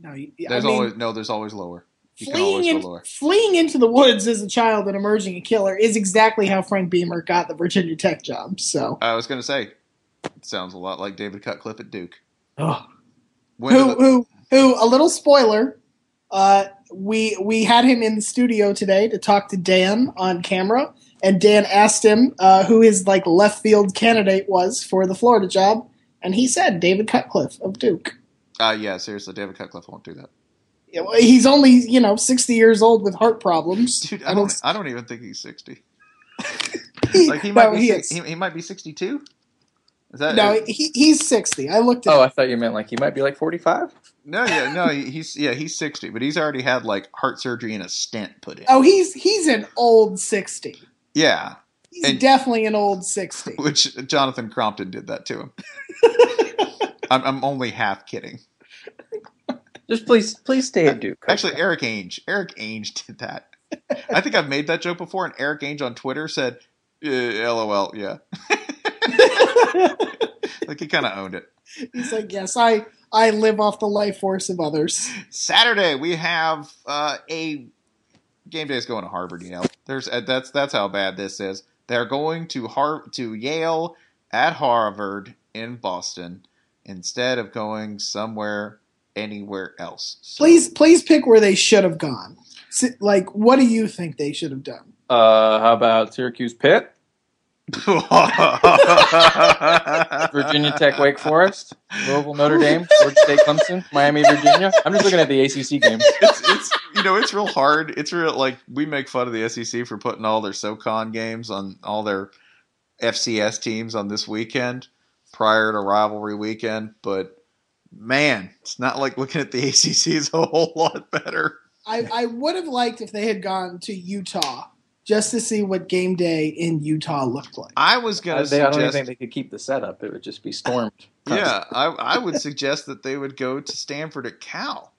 Speaker 3: No, you- I
Speaker 1: There's
Speaker 3: mean,
Speaker 1: always no. There's always lower. You can
Speaker 3: fleeing
Speaker 1: always go
Speaker 3: in,
Speaker 1: lower.
Speaker 3: fleeing into the woods as a child and emerging a killer is exactly how Frank Beamer got the Virginia Tech job. So,
Speaker 1: I was gonna say, it sounds a lot like David Cutcliffe at Duke.
Speaker 3: Ugh.
Speaker 1: When
Speaker 3: who
Speaker 1: did the-
Speaker 3: who who? A little spoiler. Uh, we we had him in the studio today to talk to Dan on camera, and Dan asked him uh, who his like left field candidate was for the Florida job, and he said David Cutcliffe of Duke.
Speaker 1: Ah, yeah, seriously, David Cutcliffe won't do that.
Speaker 3: Yeah, well, He's only you know sixty years old with heart problems.
Speaker 1: Dude, I
Speaker 3: And
Speaker 1: don't.
Speaker 3: it's-
Speaker 1: I don't even think he's sixty.
Speaker 3: he-
Speaker 1: Like he
Speaker 3: no,
Speaker 1: might be.
Speaker 3: he
Speaker 1: si-
Speaker 3: is.
Speaker 1: He, uh, he might be sixty-two. Is that
Speaker 3: no, he, he's sixty. I looked at
Speaker 2: Oh, I thought you meant like he might be like 45?
Speaker 1: no, yeah, no. he- He's yeah, he's sixty, but he's already had like heart surgery and a stent put in.
Speaker 3: Oh, he's he's an old sixty.
Speaker 1: Yeah,
Speaker 3: He's
Speaker 1: And-
Speaker 3: definitely an old sixty.
Speaker 1: which Jonathan Crompton did that to him. I'm, I'm only half kidding.
Speaker 2: Just please, please stay at Duke.
Speaker 1: Actually, Eric Ainge. Eric Ainge did that. I think I've made that joke before, and Eric Ainge on Twitter said, eh, "LOL, yeah." like he kind of owned it.
Speaker 3: He's like, yes, I I live off the life force of others.
Speaker 1: Saturday we have uh, a game day is going to Harvard. You know, there's uh, that's that's how bad this is. They're going to Har- to Yale at Harvard in Boston instead of going somewhere anywhere else. So-
Speaker 3: Please please pick where they should have gone. Si- Like, what do you think they should have done?
Speaker 2: Uh, how about Syracuse Pitt? Virginia Tech Wake Forest? Louisville Notre Dame? Georgia State Clemson? Miami Virginia? I'm just looking at the ACC games.
Speaker 1: it's, it's you know it's real hard. It's real like we make fun of the SEC for putting all their SoCon games on all their FCS teams on this weekend prior to rivalry weekend, but man, it's not like looking at the ACC is a whole lot better.
Speaker 3: I, I would have liked if they had gone to Utah just to see what game day in Utah looked like.
Speaker 1: I was
Speaker 2: Uh,
Speaker 1: gonna
Speaker 2: they, I don't even
Speaker 1: suggest,
Speaker 2: think they could keep the setup. It would just be stormed.
Speaker 1: yeah, I, I would suggest that they would go to Stanford at Cal.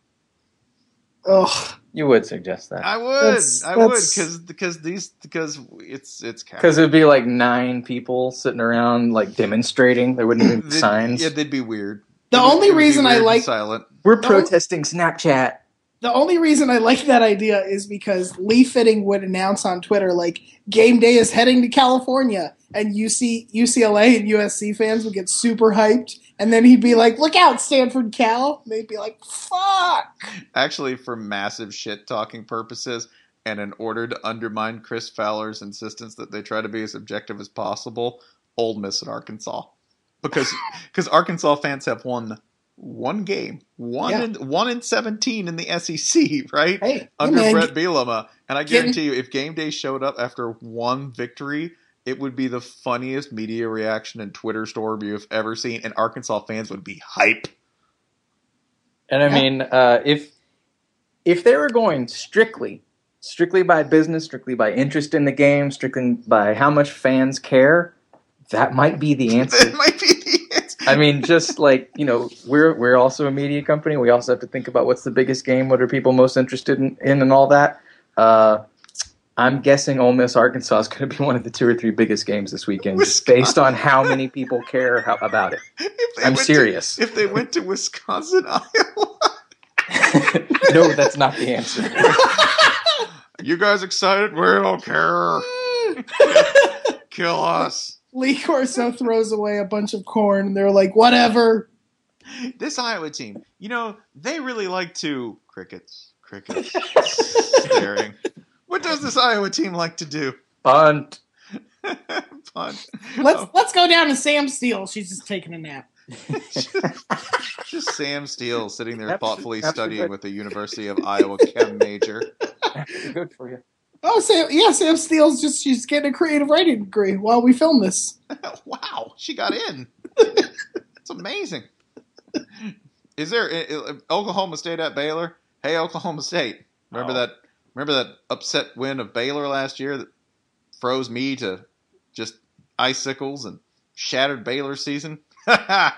Speaker 3: Ugh.
Speaker 2: You would suggest that.
Speaker 1: I would,
Speaker 3: That's-
Speaker 1: I would,
Speaker 3: that's-
Speaker 1: because because these because it's it's Cal.
Speaker 2: Because it would be like nine people sitting around, like demonstrating. There wouldn't even be
Speaker 1: They'd-
Speaker 2: signs.
Speaker 1: Yeah, they'd be weird.
Speaker 3: The
Speaker 1: It would-
Speaker 3: only
Speaker 1: it would be
Speaker 3: reason I
Speaker 1: weird and
Speaker 3: like
Speaker 1: silent.
Speaker 2: We're
Speaker 3: No.
Speaker 2: protesting Snapchat.
Speaker 3: the only reason I like that idea is because Lee Fitting would announce on Twitter like game day is heading to California and UC UCLA and USC fans would get super hyped and then he'd be like, Look out, Stanford Cal and they'd be like, Fuck
Speaker 1: actually for massive shit talking purposes and in order to undermine Chris Fowler's insistence that they try to be as objective as possible, Old Miss at Arkansas. Because because Arkansas fans have won one game, one
Speaker 3: Yeah.
Speaker 1: in, one in seventeen in the SEC, right?
Speaker 3: Hey, hey,
Speaker 1: Under
Speaker 3: man,
Speaker 1: Brett
Speaker 3: get-
Speaker 1: Bielema. And I
Speaker 3: get-
Speaker 1: guarantee you, if game day showed up after one victory, it would be the funniest media reaction and Twitter storm you've ever seen, and Arkansas fans would be hype.
Speaker 2: And I
Speaker 3: Yeah.
Speaker 2: mean, uh, if if they were going strictly, strictly by business, strictly by interest in the game, strictly by how much fans care, that might be the
Speaker 1: that
Speaker 2: answer.
Speaker 1: might be the answer.
Speaker 2: I mean, just like you know, we're we're also a media company. We also have to think about what's the biggest game, what are people most interested in, in and all that. Uh, I'm guessing Ole Miss Arkansas is going to be one of the two or three biggest games this weekend, just based on how many people care how, about it.
Speaker 1: If they
Speaker 2: I'm
Speaker 1: went to-
Speaker 2: serious.
Speaker 1: if they went to Wisconsin, Iowa,
Speaker 2: no, that's not the answer.
Speaker 1: you guys excited? We don't care. Kill us.
Speaker 3: Lee Corso throws away a bunch of corn, and they're like, "Whatever."
Speaker 1: This Iowa team, you know, they really like to crickets, crickets, staring. What does this Iowa team like to do?
Speaker 2: Bunt.
Speaker 1: Punt.
Speaker 3: Let's
Speaker 1: Oh,
Speaker 3: let's go down to Sam Steele. She's just taking a nap.
Speaker 1: just Sam Steele sitting there
Speaker 2: That's-
Speaker 1: thoughtfully
Speaker 2: that's
Speaker 1: studying
Speaker 2: good.
Speaker 1: with the University of Iowa chem major.
Speaker 2: Good for you.
Speaker 3: Oh, Sam, yeah, Sam Steele's just she's getting a creative writing degree while we film this.
Speaker 1: wow, she got in. It's amazing. Is there i- i- Oklahoma State at Baylor? Hey, Oklahoma State! Remember that? Remember that upset win of Baylor last year that froze me to just icicles and shattered Baylor season. well,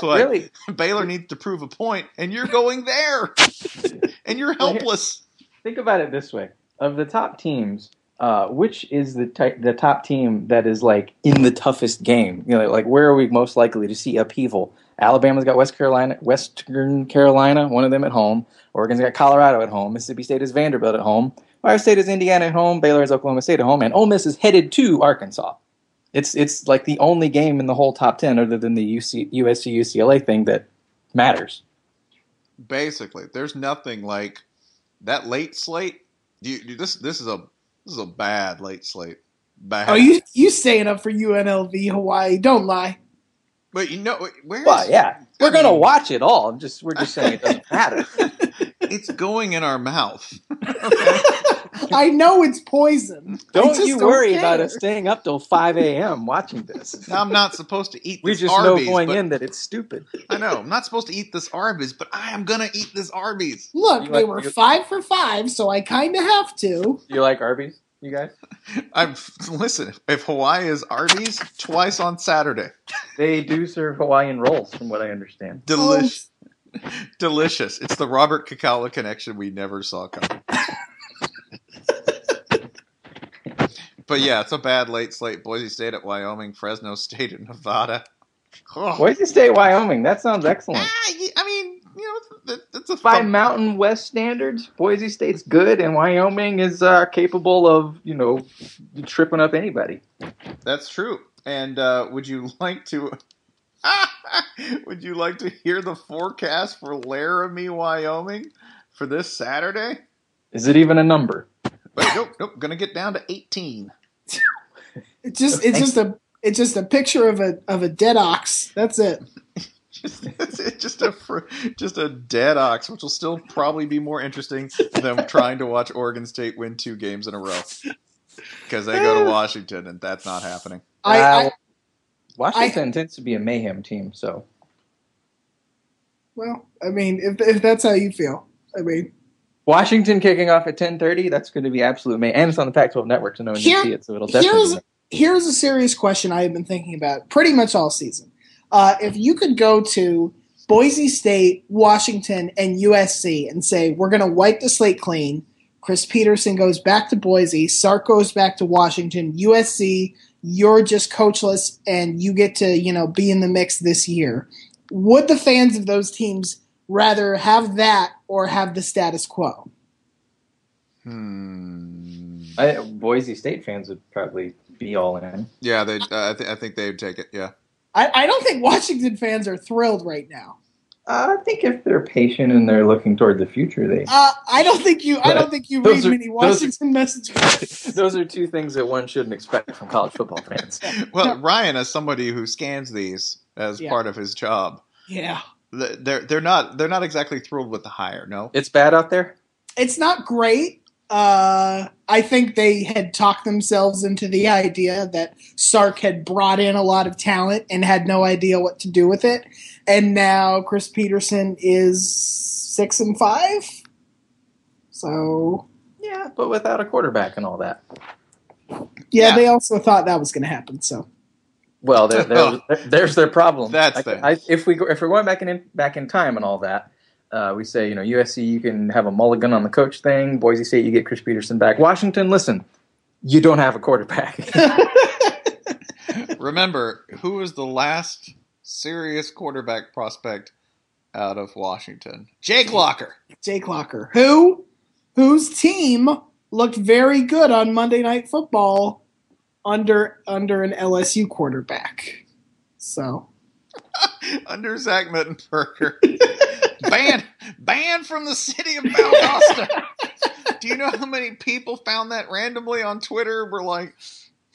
Speaker 2: Well,
Speaker 1: what?
Speaker 2: really-
Speaker 1: Baylor needs to prove a point, and you're going there, and you're
Speaker 2: Well, here-
Speaker 1: helpless.
Speaker 2: Think about it this way: of the top teams, uh, which is the ty- the top team that is like in the toughest game? You know, like where are we most likely to see upheaval? Alabama's got West Carolina, Western Carolina, one of them at home. Oregon's got Colorado at home. Mississippi State is Vanderbilt at home. Ohio State is Indiana at home. Baylor is Oklahoma State at home, and Ole Miss is headed to Arkansas. It's it's like the only game in the whole top ten, other than the UC, USC UCLA thing, that matters.
Speaker 1: basically there's nothing like that late slate you, you- this this is a this is a bad late slate bad
Speaker 3: Oh, you you staying up for UNLV Hawaii? Don't lie.
Speaker 1: but you know where is,
Speaker 2: Well, yeah, we're
Speaker 1: I
Speaker 2: gonna
Speaker 1: mean-
Speaker 2: watch it all. I'm just we're just saying it doesn't matter.
Speaker 1: it's going in our mouth
Speaker 3: I know it's poison. I
Speaker 2: Don't
Speaker 3: just
Speaker 2: you worry
Speaker 3: care.
Speaker 2: about us staying up till 5 a.m. watching this.
Speaker 1: now i'm not supposed to eat
Speaker 2: We
Speaker 1: this
Speaker 2: just
Speaker 1: arby's
Speaker 2: know going
Speaker 1: but-
Speaker 2: in that it's stupid.
Speaker 1: i know i'm not supposed to eat this arby's but i am gonna eat this arby's
Speaker 3: Look,
Speaker 2: You
Speaker 3: they
Speaker 2: like-
Speaker 3: were
Speaker 2: you-
Speaker 3: five for five, so I kind of have to.
Speaker 2: You like Arby's, you guys?
Speaker 1: i'm listen if hawaii is arby's twice on saturday
Speaker 2: They do serve Hawaiian rolls, from what I understand.
Speaker 1: delicious delicious it's the robert kakala connection we never saw coming but yeah it's a bad late slate boise state at wyoming fresno state at nevada Oh.
Speaker 2: Boise State, Wyoming. That sounds excellent.
Speaker 1: Ah, y- i mean you know that- that's a
Speaker 2: By
Speaker 1: thumb-
Speaker 2: Mountain West standards, Boise State's good, and Wyoming is uh, capable of, you know, tripping up anybody.
Speaker 1: that's true and uh, would you like to would you like to hear the forecast for laramie wyoming for this saturday
Speaker 2: Is it even a number?
Speaker 1: Wait, nope nope gonna get down to 18
Speaker 3: It's just it's just a it's just a picture of a of a dead ox. That's it.
Speaker 1: just, it's just a fr- just a dead ox, which will still probably be more interesting than trying to watch Oregon State win two games in a row because they go to Washington, and that's not happening.
Speaker 3: I, I
Speaker 2: Wow. Washington tends to be a mayhem team, so
Speaker 3: well, I mean, if if that's how you feel, I mean,
Speaker 2: Washington kicking off at ten thirty. That's going to be absolute man. And it's on the Pac-12 network, so no one
Speaker 3: Here-
Speaker 2: can see it. So it'll definitely.
Speaker 3: here's
Speaker 2: Be
Speaker 3: here's a serious question I have been thinking about pretty much all season. Uh, if you could go to Boise State, Washington, and USC and say we're going to wipe the slate clean, Chris Peterson goes back to Boise, Sark goes back to Washington, USC, you're just coachless and you get to you know be in the mix this year. Would the fans of those teams rather have that or have the status quo?
Speaker 1: Hmm.
Speaker 2: I, Boise State fans would probably be all in.
Speaker 1: Yeah, they. Uh, I, th- I think they'd take it. Yeah,
Speaker 3: I, I don't think Washington fans are thrilled right now.
Speaker 2: Uh, I think if they're patient and they're looking toward the future, they.
Speaker 3: Uh, I don't think you. I don't think you read
Speaker 2: Those are-
Speaker 3: many
Speaker 2: those are-
Speaker 3: Washington messages.
Speaker 2: Those are two things that one shouldn't expect from college football fans.
Speaker 1: Well, Ryan, as somebody who scans these as
Speaker 3: Yeah.
Speaker 1: part of his job,
Speaker 3: Yeah,
Speaker 1: th- they're they're not they're not exactly thrilled with the hire. No.
Speaker 2: It's bad out there.
Speaker 3: it's not great. Uh, I think they had talked themselves into the idea that Sark had brought in a lot of talent and had no idea what to do with it, and now Chris Peterson is six and five. So
Speaker 2: Yeah, but without a quarterback and all that.
Speaker 3: yeah,
Speaker 1: Yeah.
Speaker 3: they also thought that was going to happen. So
Speaker 2: Well, there, there, there's their problem.
Speaker 1: That's
Speaker 2: I,
Speaker 1: the-
Speaker 2: I, if we go, if we're going back in back in time and all that, Uh, we say, you know, USC, you can have a mulligan on the coach thing. Boise State, you get Chris Peterson back. Washington, listen, you don't have a quarterback.
Speaker 1: Remember, who was the last serious quarterback prospect out of Washington? Jake Locker.
Speaker 3: Jake Locker, who whose team looked very good on Monday Night Football under under an LSU quarterback. So
Speaker 1: under Zach Mettenberger. banned, banned from the city of Valdosta. Do you know how many people found that randomly on Twitter? Were like,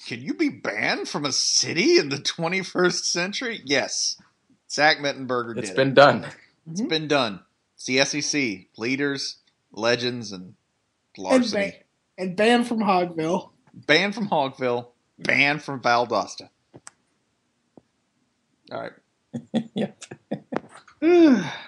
Speaker 1: can you be banned from a city in the 21st century? Yes, Zach Mettenberger
Speaker 2: it's
Speaker 1: did.
Speaker 2: been done.
Speaker 1: It's been done. It's the SEC leaders, legends, and
Speaker 3: and,
Speaker 1: larceny.
Speaker 3: ba- and banned from Hogville.
Speaker 1: banned from Hogville. Banned from Valdosta. All right.
Speaker 2: Yeah.
Speaker 3: Ugh.